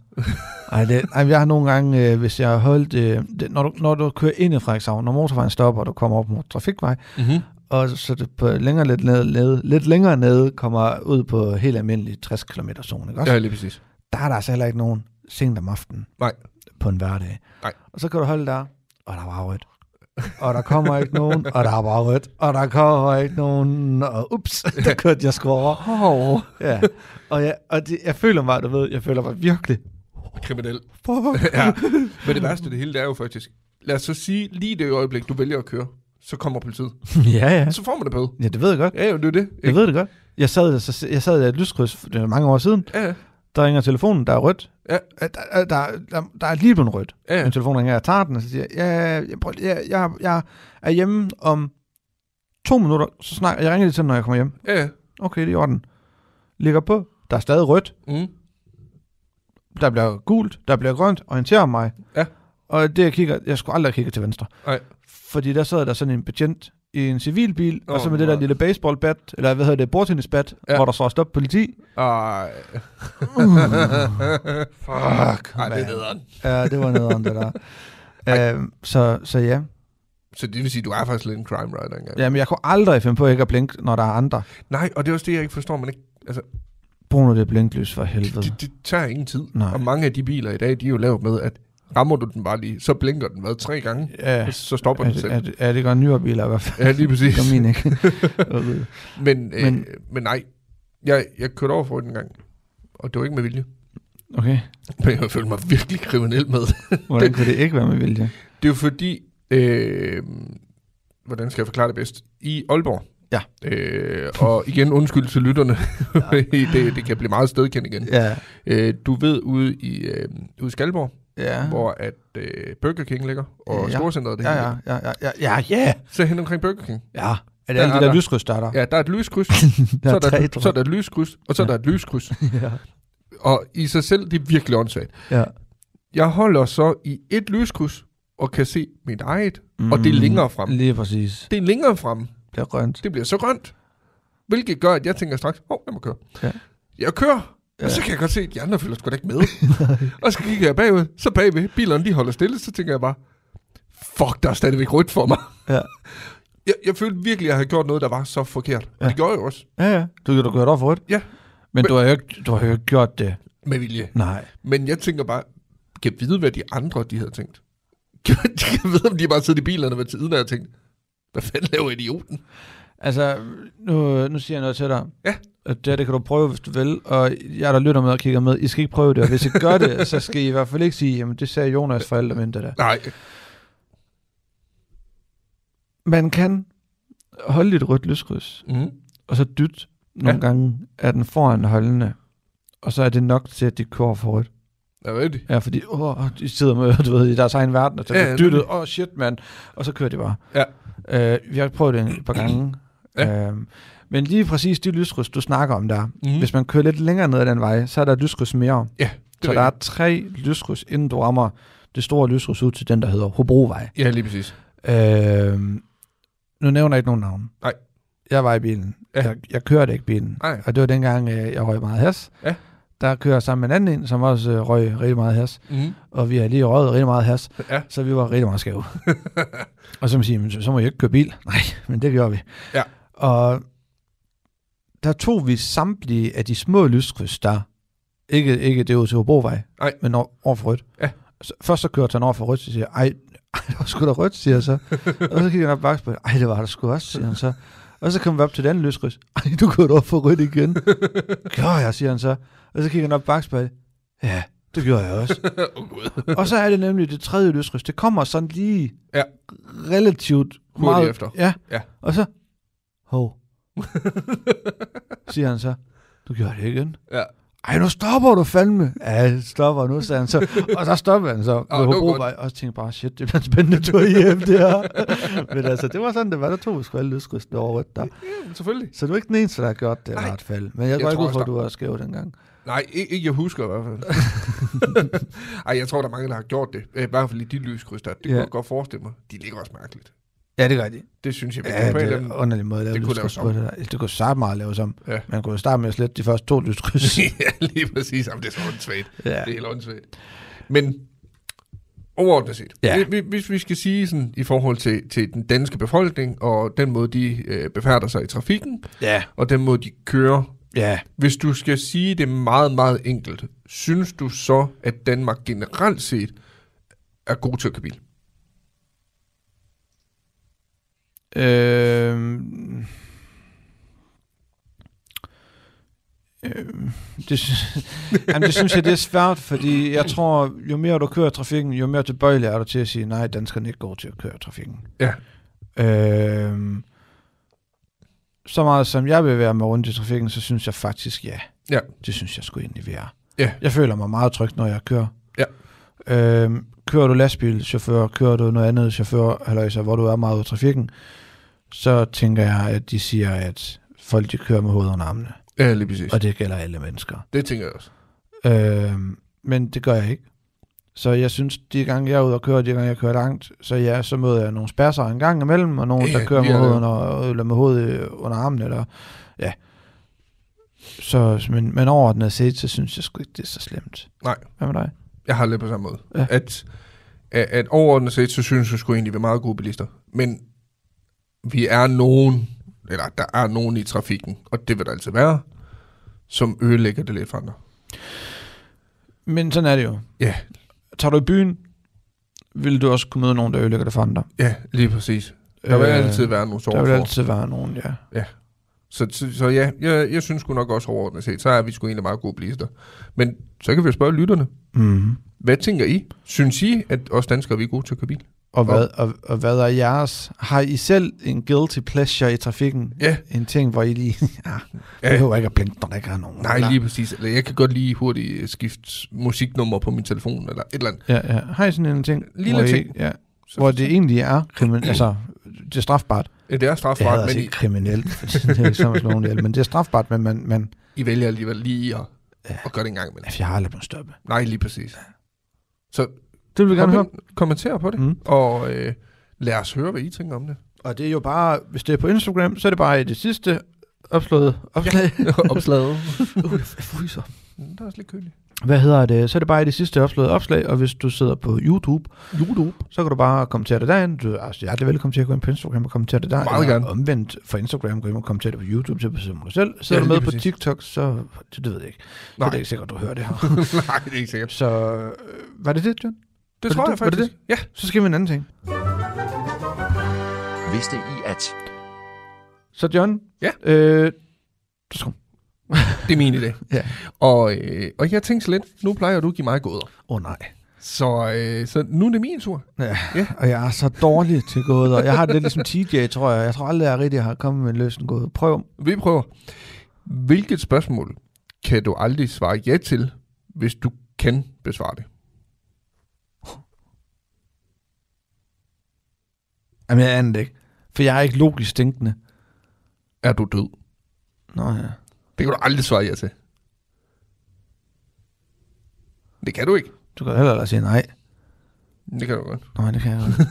Speaker 10: Ej, det, ej, men jeg har nogle gange, øh, hvis jeg har holdt, øh, det, når, du, når du kører ind i Frederikshavn, når motorvejen stopper, og du kommer op mod trafikvej,
Speaker 9: Mhm.
Speaker 10: og så det på længere, lidt, ned, ned, lidt længere nede kommer ud på helt almindelig 60 km zone, ikke også?
Speaker 9: Ja, lige præcis.
Speaker 10: Der er der altså heller ikke nogen sent om aftenen
Speaker 9: Nej.
Speaker 10: på en hverdag.
Speaker 9: Nej.
Speaker 10: Og så kan du holde der, og der var rødt. Og der kommer ikke nogen, og der var rødt, og der kommer ikke nogen, og ups, der kørte jeg sgu over.
Speaker 9: Oh.
Speaker 10: Ja. Og, jeg, og det, jeg føler mig, du ved, jeg føler mig virkelig
Speaker 9: Kriminel.
Speaker 10: Fuck.
Speaker 9: ja. Men det værste af det hele, det er jo faktisk, lad os så sige, lige det øjeblik, du vælger at køre, så kommer politiet.
Speaker 10: ja, ja.
Speaker 9: Så får man det bøde.
Speaker 10: Ja, det ved jeg godt.
Speaker 9: Ja, jo, det er jo det.
Speaker 10: Jeg ved det godt. Jeg sad, så, jeg sad i et lyskryds for det er mange år siden.
Speaker 9: Ja, ja.
Speaker 10: Der ringer telefonen, der er rødt.
Speaker 9: Ja.
Speaker 10: Der, der, der, der er lige blevet rødt.
Speaker 9: Ja, ja.
Speaker 10: Min telefon ringer, jeg tager den, og så siger jeg, ja, jeg, prøv, jeg, jeg, jeg er hjemme om to minutter, så snakker jeg ringer lige til, dig, når jeg kommer hjem.
Speaker 9: Ja, ja.
Speaker 10: Okay, det er i orden. Ligger på, der er stadig rødt,
Speaker 9: Mm.
Speaker 10: der bliver gult, der bliver grønt, orienterer mig.
Speaker 9: Ja.
Speaker 10: Og det, jeg kigger, jeg skulle aldrig kigge til venstre.
Speaker 9: Nej.
Speaker 10: Fordi der sad der sådan en betjent i en civilbil, oh, og så
Speaker 9: Åh,
Speaker 10: med det der
Speaker 9: nej.
Speaker 10: lille baseballbat, eller hvad hedder det, bordtennisbat,
Speaker 9: Ja.
Speaker 10: ja. hvor der står stop politi.
Speaker 9: Ej.
Speaker 10: Mm.
Speaker 9: Fuck, Ej, det er
Speaker 10: mand.
Speaker 9: nederen.
Speaker 10: Ja, det var noget om det der. Øhm, så, så ja.
Speaker 9: Så det vil sige, du er faktisk lidt en crime writer engang.
Speaker 10: Jamen, jeg kunne aldrig finde på ikke at blinke, når der er andre.
Speaker 9: Nej, og det er også det, jeg ikke forstår, man ikke... Altså,
Speaker 10: Brug nu det blinklys for helvede.
Speaker 9: det, det tager ingen tid.
Speaker 10: Nej.
Speaker 9: Og mange af de biler i dag, de er jo lavet med, at rammer du den bare lige, så blinker den hvad, tre gange,
Speaker 10: Ja.
Speaker 9: så stopper
Speaker 10: Er
Speaker 9: den
Speaker 10: det,
Speaker 9: selv.
Speaker 10: er, det, er det godt nyere biler i hvert fald?
Speaker 9: Ja, lige præcis.
Speaker 10: Kom min ikke. Okay.
Speaker 9: Men, øh, men,
Speaker 10: Men-
Speaker 9: men nej, jeg, jeg kørte over for den gang, og det var ikke med vilje.
Speaker 10: okay.
Speaker 9: Men jeg følte mig virkelig kriminel med.
Speaker 10: Hvordan kunne det ikke være med vilje?
Speaker 9: Det er jo fordi, øh, hvordan skal jeg forklare det bedst? I Aalborg.
Speaker 10: Ja.
Speaker 9: Øh, og igen, undskyld til lytterne. det, det kan blive meget stedkendt igen.
Speaker 10: Ja.
Speaker 9: Øh, du ved ude i, øh, ude i Skalborg,
Speaker 10: Ja.
Speaker 9: hvor at øh, Burger King ligger, og ja.
Speaker 10: Ja.
Speaker 9: Storcenteret det
Speaker 10: Ja,
Speaker 9: hele
Speaker 10: ja,
Speaker 9: ligger.
Speaker 10: ja, ja, ja, ja, ja.
Speaker 9: Så hen omkring Burger King.
Speaker 10: Ja. Er det
Speaker 9: Der
Speaker 10: alle
Speaker 9: er
Speaker 10: de der
Speaker 9: der.
Speaker 10: lyskryds, der er der?
Speaker 9: Ja, der er et lyskryds,
Speaker 10: Der
Speaker 9: så,
Speaker 10: er
Speaker 9: er der,
Speaker 10: tre,
Speaker 9: et- så er der et lyskryds, og så er der et lyskryds.
Speaker 10: Ja.
Speaker 9: Og i sig selv, det er virkelig åndssvagt.
Speaker 10: ja.
Speaker 9: Jeg holder så i et lyskryds, og kan se mit eget, mm. og det er længere frem.
Speaker 10: Lige præcis.
Speaker 9: Det er længere frem.
Speaker 10: Det er grønt.
Speaker 9: Det bliver så grønt. Hvilket gør, at jeg tænker straks, åh, oh, jeg må køre.
Speaker 10: Ja.
Speaker 9: Jeg kører, ja. og så kan jeg godt se, at de andre følger sgu da ikke med. og så kigger jeg bagud, så bagved, bilerne de holder stille, så tænker jeg bare, fuck, der er stadigvæk rødt for mig.
Speaker 10: Ja.
Speaker 9: Jeg, jeg følte virkelig, at jeg havde gjort noget, der var så forkert. Og ja. det gjorde jeg jo også.
Speaker 10: Ja, ja. Du, du kørte over for rødt.
Speaker 9: Ja.
Speaker 10: Men,
Speaker 9: Men-
Speaker 10: Men du, har jo ikke, du har jo ikke gjort det.
Speaker 9: Med vilje.
Speaker 10: Nej.
Speaker 9: Men jeg tænker bare, kan vide, hvad de andre, de havde tænkt? Kan kan vide, om de bare sidder i bilerne ved tiden, og har tænkt, hvad fanden laver idioten?
Speaker 10: Altså, nu, nu siger jeg noget til dig.
Speaker 9: Ja.
Speaker 10: Og det, her, det kan du prøve, hvis du vil. Og jeg, der lytter med og kigger med, I skal ikke prøve det. Og hvis I gør det, så skal I i hvert fald ikke sige, jamen det sagde Jonas forældre men det der.
Speaker 9: Nej,
Speaker 10: Man kan holde et rødt lyskryds,
Speaker 9: mm.
Speaker 10: og så dyt nogle
Speaker 9: Ja.
Speaker 10: ja. gange af den foran holdende. Og så er det nok til, at de kører for rødt.
Speaker 9: er det rigtigt?
Speaker 10: Ja, fordi åh, de sidder med, du ved, i deres egen verden, og så
Speaker 9: Ja,
Speaker 10: ja,
Speaker 9: ja,
Speaker 10: dyttet, åh oh, shit, mand, og så kører de bare.
Speaker 9: Ja.
Speaker 10: Øh, vi har prøvet det et par gange.
Speaker 9: Ja.
Speaker 10: Øhm, men lige præcis de lyskryds, du snakker om der,
Speaker 9: Mhm.
Speaker 10: mm. hvis man kører lidt længere ned ad den vej, så er der et lyskryds mere.
Speaker 9: Ja, det
Speaker 10: Så
Speaker 9: er
Speaker 10: der er
Speaker 9: rigtigt.
Speaker 10: tre lyskryds, inden du rammer det store lyskryds ud til den, der hedder Hobrovej.
Speaker 9: Ja, lige præcis.
Speaker 10: Øhm, nu nævner jeg ikke nogen navn.
Speaker 9: Nej.
Speaker 10: Jeg var i bilen.
Speaker 9: Ja.
Speaker 10: Ja. Jeg, jeg kørte ikke bilen.
Speaker 9: Nej.
Speaker 10: Og det var dengang, øh, jeg røg meget has.
Speaker 9: Ja.
Speaker 10: Der kører jeg sammen med en anden en, som også øh, røg rigtig meget has.
Speaker 9: Mm.
Speaker 10: Og vi har lige røget rigtig meget has.
Speaker 9: Ja.
Speaker 10: Så vi var rigtig meget skæve. og så må man sige, "Men så så må jeg ikke køre bil. Nej, men det gjorde vi.
Speaker 9: Ja.
Speaker 10: Og der tog vi samtlige af de små lyskryds, der ikke, ikke det ud til Hobrovej,
Speaker 9: Nej.
Speaker 10: men over, over for rødt.
Speaker 9: Ja.
Speaker 10: Så, først så kørte han over for rødt, så siger jeg, ej, ej, det var sgu da rødt, siger jeg så. og så kigger han op bag på, ej, det var der sgu også, siger han så. Og så kommer vi op til den anden lyskryds. Ej, du kørte over for rødt igen. Gør jeg, siger han så. Og så kigger han op bagspejlet. Ja, det gjorde jeg også.
Speaker 9: Åh, Gud.
Speaker 10: Og så er det nemlig det tredje løsryds. Det kommer sådan lige
Speaker 9: Ja.
Speaker 10: relativt
Speaker 9: Hurtigt
Speaker 10: meget.
Speaker 9: efter.
Speaker 10: Ja.
Speaker 9: Ja.
Speaker 10: Og så, hov, siger han så, du gjorde det igen.
Speaker 9: ja.
Speaker 10: ej, nu stopper du fandme. Ja, stopper nu, sagde han så. Og så stoppede han så ved
Speaker 11: det var
Speaker 10: Hobrovej, og så tænkte jeg bare, shit, det bliver en spændende tur hjem, det her. Men altså, det var sådan, det var, der tog vi sgu alle lyskristne over rødt der.
Speaker 9: Ja, selvfølgelig.
Speaker 10: Så du er ikke den eneste, der har gjort det i hvert fald. Men jeg,
Speaker 9: Jeg
Speaker 10: går ikke
Speaker 9: tror
Speaker 10: ud
Speaker 9: også,
Speaker 10: for, at du
Speaker 9: der-
Speaker 10: var skæv dengang.
Speaker 9: Nej, ikke, ikke jeg husker i hvert fald. Ej, jeg tror, der er mange, der har gjort det. Øh, I hvert fald i de lyskryds der. Det kunne
Speaker 10: Ja.
Speaker 9: jeg godt forestille mig. De ligger også mærkeligt.
Speaker 10: Ja, det gør de.
Speaker 9: Det synes jeg, vi
Speaker 10: Ja,
Speaker 9: kan
Speaker 10: det
Speaker 9: på
Speaker 10: er
Speaker 9: en
Speaker 10: en
Speaker 9: eller
Speaker 10: underlig måde at lave
Speaker 9: Det kunne laves
Speaker 10: lyskryds
Speaker 9: om.
Speaker 10: på. Det, der. det kunne så meget laves om.
Speaker 9: Ja.
Speaker 10: Man kunne jo starte med at slette de første to lyskryds.
Speaker 9: ja, lige præcis. Jamen, det er så åndssvagt.
Speaker 10: Ja.
Speaker 9: Ja. Det er helt åndssvagt. Men overordnet set,
Speaker 10: Ja.
Speaker 9: ja. hvis vi skal sige sådan, i forhold til, til den danske befolkning, og den måde, de øh, befærder sig i trafikken,
Speaker 10: Ja.
Speaker 9: og den måde, de kører.
Speaker 10: Ja.
Speaker 9: Hvis du skal sige det meget, meget enkelt, synes du så, at Danmark generelt set er god til at køre bil?
Speaker 10: Øhm. Øhm, det, sy- Jamen, det synes jeg, det er svært, fordi jeg tror, jo mere du kører i trafikken, jo mere tilbøjelig er du til at sige, nej, danskerne er ikke går til at køre i trafikken.
Speaker 9: Ja.
Speaker 10: Øhm, så meget som jeg bevæger mig rundt i trafikken, så synes jeg faktisk, ja.
Speaker 9: Ja.
Speaker 10: Det synes jeg sgu egentlig, vi er.
Speaker 9: Ja.
Speaker 10: Jeg føler mig meget tryg, når jeg kører.
Speaker 9: Ja.
Speaker 10: Øhm, kører du lastbilchauffør, kører du noget andet chauffør, halløjsa, hvor du er meget ude i trafikken, så tænker jeg, at de siger, at folk de kører med hovedet under armene.
Speaker 9: Ja, lige præcis.
Speaker 10: Og det gælder alle mennesker.
Speaker 9: Det tænker jeg også.
Speaker 10: Øhm, men det gør jeg ikke. Så jeg synes, de gange jeg er ude og køre, de gange jeg kører langt, så ja, så møder jeg nogle spærser en gang imellem, og nogen,
Speaker 9: Ja,
Speaker 10: der kører
Speaker 9: vi
Speaker 10: med
Speaker 9: er
Speaker 10: hovedet,
Speaker 9: der.
Speaker 10: under, eller med hovedet øh, under armen, eller ja. Så, men, men overordnet set, så synes jeg sgu ikke, det er så slemt.
Speaker 9: Nej.
Speaker 10: Hvad med dig?
Speaker 9: Jeg har det lidt på samme måde.
Speaker 10: Ja.
Speaker 9: Ja. At, at, at overordnet set, så synes jeg sgu egentlig, vi er meget gode bilister. Men vi er nogen, eller der er nogen i trafikken, og det vil der altid være, som ødelægger det lidt for andre.
Speaker 10: Men sådan er det jo.
Speaker 9: Ja.
Speaker 10: Tager du i byen, vil du også kunne møde nogen, der ødelægger det for andre.
Speaker 9: Ja, lige præcis. Der vil altid være nogle
Speaker 10: Øh, Der
Speaker 9: sårere
Speaker 10: vil
Speaker 9: for.
Speaker 10: altid være nogen, ja.
Speaker 9: Ja. Så, så, så ja, jeg, jeg synes sgu nok også overordnet set, så er vi sgu egentlig meget gode bilister. Men så kan vi jo spørge lytterne.
Speaker 10: Mhm.
Speaker 9: Hvad tænker I? Synes I, at os danskere vi er gode til at køre bil?
Speaker 10: Og hvad, og, og hvad er jeres? Har I selv en guilty pleasure i trafikken?
Speaker 9: Ja.
Speaker 10: En ting, hvor I lige... ja, ja. behøver ikke at blinde, når der ikke er nogen.
Speaker 9: Nej,
Speaker 10: Eller-
Speaker 9: lige præcis. Eller jeg kan godt lige hurtigt øh, skifte musiknummer på min telefon, eller et eller andet.
Speaker 10: Ja, ja. Har I sådan en ting?
Speaker 9: Lille
Speaker 10: hvor I-
Speaker 9: ting.
Speaker 10: ja, hvor det egentlig er kriminelt. altså, det er strafbart.
Speaker 9: Ja, det er
Speaker 10: Det
Speaker 9: strafbart,
Speaker 10: hedder altså
Speaker 9: men
Speaker 10: ikke
Speaker 9: I,
Speaker 10: kriminelt, for det er ikke sådan, at slå nogen ihjel, men det er strafbart, men man, man,
Speaker 9: I vælger alligevel lige at, at gøre det en gang imellem.
Speaker 10: jeg har aldrig blevet stoppet.
Speaker 9: Nej, lige præcis. Så
Speaker 10: Det vil vi gerne
Speaker 9: kom
Speaker 10: høre. Mhm.
Speaker 9: ind, kommenter på det, mm. og øh, lad os høre, hvad I tænker om det.
Speaker 10: Og det er jo bare, hvis det er på Instagram, så er det bare i det sidste opslået opslag.
Speaker 9: Ja, opslaget.
Speaker 10: uh, jeg fryser.
Speaker 9: Mm, Der er også lidt køligt.
Speaker 10: Hvad hedder det? Så er det bare i det sidste opslåede opslag, og hvis du sidder på YouTube, YouTube. så kan du bare kommentere det derinde. Du er altså hjertelig velkommen til at gå ind på Instagram og kommentere det der.
Speaker 9: Meget
Speaker 10: Eller
Speaker 9: gerne.
Speaker 10: Omvendt fra Instagram, gå ind og kommentere det på YouTube, så bestemmer du selv. Sidder
Speaker 9: Ja,
Speaker 10: du med
Speaker 9: lige
Speaker 10: på
Speaker 9: præcis.
Speaker 10: TikTok, så det, det ved jeg ikke. Nej.
Speaker 9: Nej.
Speaker 10: Det er ikke sikkert, du hører det her.
Speaker 9: Nej, det er ikke sikkert.
Speaker 10: så øh, var det det, John?
Speaker 9: Det
Speaker 10: var
Speaker 9: tror jeg
Speaker 10: det, var det
Speaker 9: faktisk.
Speaker 10: det?
Speaker 9: Ja.
Speaker 10: Så skal vi en anden ting.
Speaker 7: Vidste I at...
Speaker 10: Så John,
Speaker 9: Ja.
Speaker 10: øh, du skal...
Speaker 9: Det er min idé.
Speaker 10: Ja.
Speaker 9: Og, øh, og jeg tænkte så lidt, nu plejer du at give mig gåder.
Speaker 10: Åh oh, nej.
Speaker 9: Så, øh, så nu er det min tur.
Speaker 10: Ja.
Speaker 9: Ja.
Speaker 10: Og jeg er så dårlig til gåder. Jeg har det lidt ligesom TJ, tror jeg. Jeg tror aldrig, jeg rigtig har kommet med en løsning gåde. Prøv.
Speaker 9: Vi prøver. Hvilket spørgsmål kan du aldrig svare ja til, hvis du kan besvare det?
Speaker 10: Jamen, jeg aner det ikke. For jeg er ikke logisk tænkende.
Speaker 9: Er du død?
Speaker 10: Nå ja.
Speaker 9: Det kan du aldrig svare ja til. Det kan du ikke.
Speaker 10: Du kan heller aldrig sige nej.
Speaker 9: Det kan du godt.
Speaker 10: Nej, det kan jeg ikke.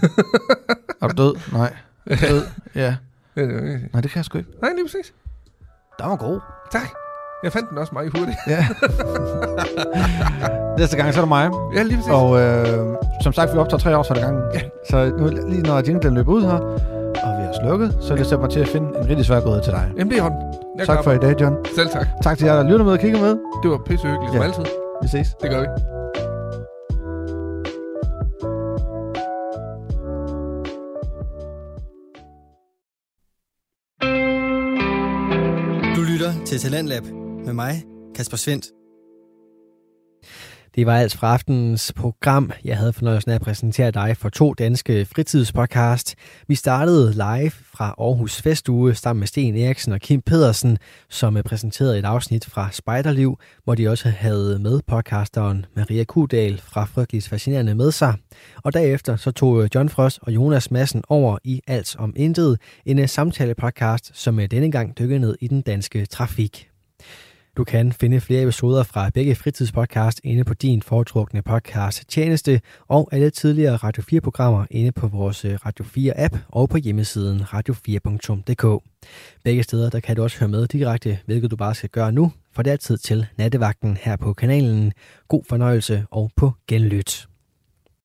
Speaker 10: er du død? Nej. Er du Død? Ja.
Speaker 9: Ja, det kan jeg ikke.
Speaker 10: Nej, det kan jeg sgu ikke.
Speaker 9: Nej, lige præcis.
Speaker 10: Der var god.
Speaker 9: Tak. Jeg fandt den også meget hurtigt.
Speaker 10: Ja. Næste gang, så er det mig.
Speaker 9: Ja, lige præcis.
Speaker 10: Og øh, som sagt, vi optager tre år for det gangen. Ja. Så nu, lige når jinglen løber ud her, og vi har slukket, så vil jeg sætte mig til at finde en rigtig svær gåde til dig.
Speaker 9: Jamen, det er hånden. Jeg er
Speaker 10: tak
Speaker 9: klar
Speaker 10: for i dag, John.
Speaker 9: Selv tak.
Speaker 10: Tak til jer, der lytter med og kigger med.
Speaker 9: Det var pissehyggeligt, som
Speaker 10: Ja.
Speaker 9: altid.
Speaker 10: Vi ses.
Speaker 9: Det gør vi.
Speaker 1: Du lytter til Talentlab med mig, Kasper Svendt. Det var alt fra aftenens program. Jeg havde fornøjelsen af at præsentere dig for to danske fritidspodcast. Vi startede live fra Aarhus Festuge sammen med Sten Eriksen og Kim Pedersen, som præsenterede et afsnit fra Spejderliv, hvor de også havde med podcasteren Maria Kudal fra Frygteligt Fascinerende med sig. Og derefter så tog John Frost og Jonas Madsen over i Alt om Intet, en samtalepodcast, som denne gang dykkede ned i den danske trafik. Du kan finde flere episoder fra begge fritidspodcast inde på din foretrukne podcast tjeneste og alle tidligere Radio 4 programmer inde på vores øh, Radio 4 app og på hjemmesiden radio4.dk. Begge steder der kan du også høre med direkte, hvilket du bare skal gøre nu, for det er tid til nattevagten her på kanalen. God fornøjelse og på genlyt.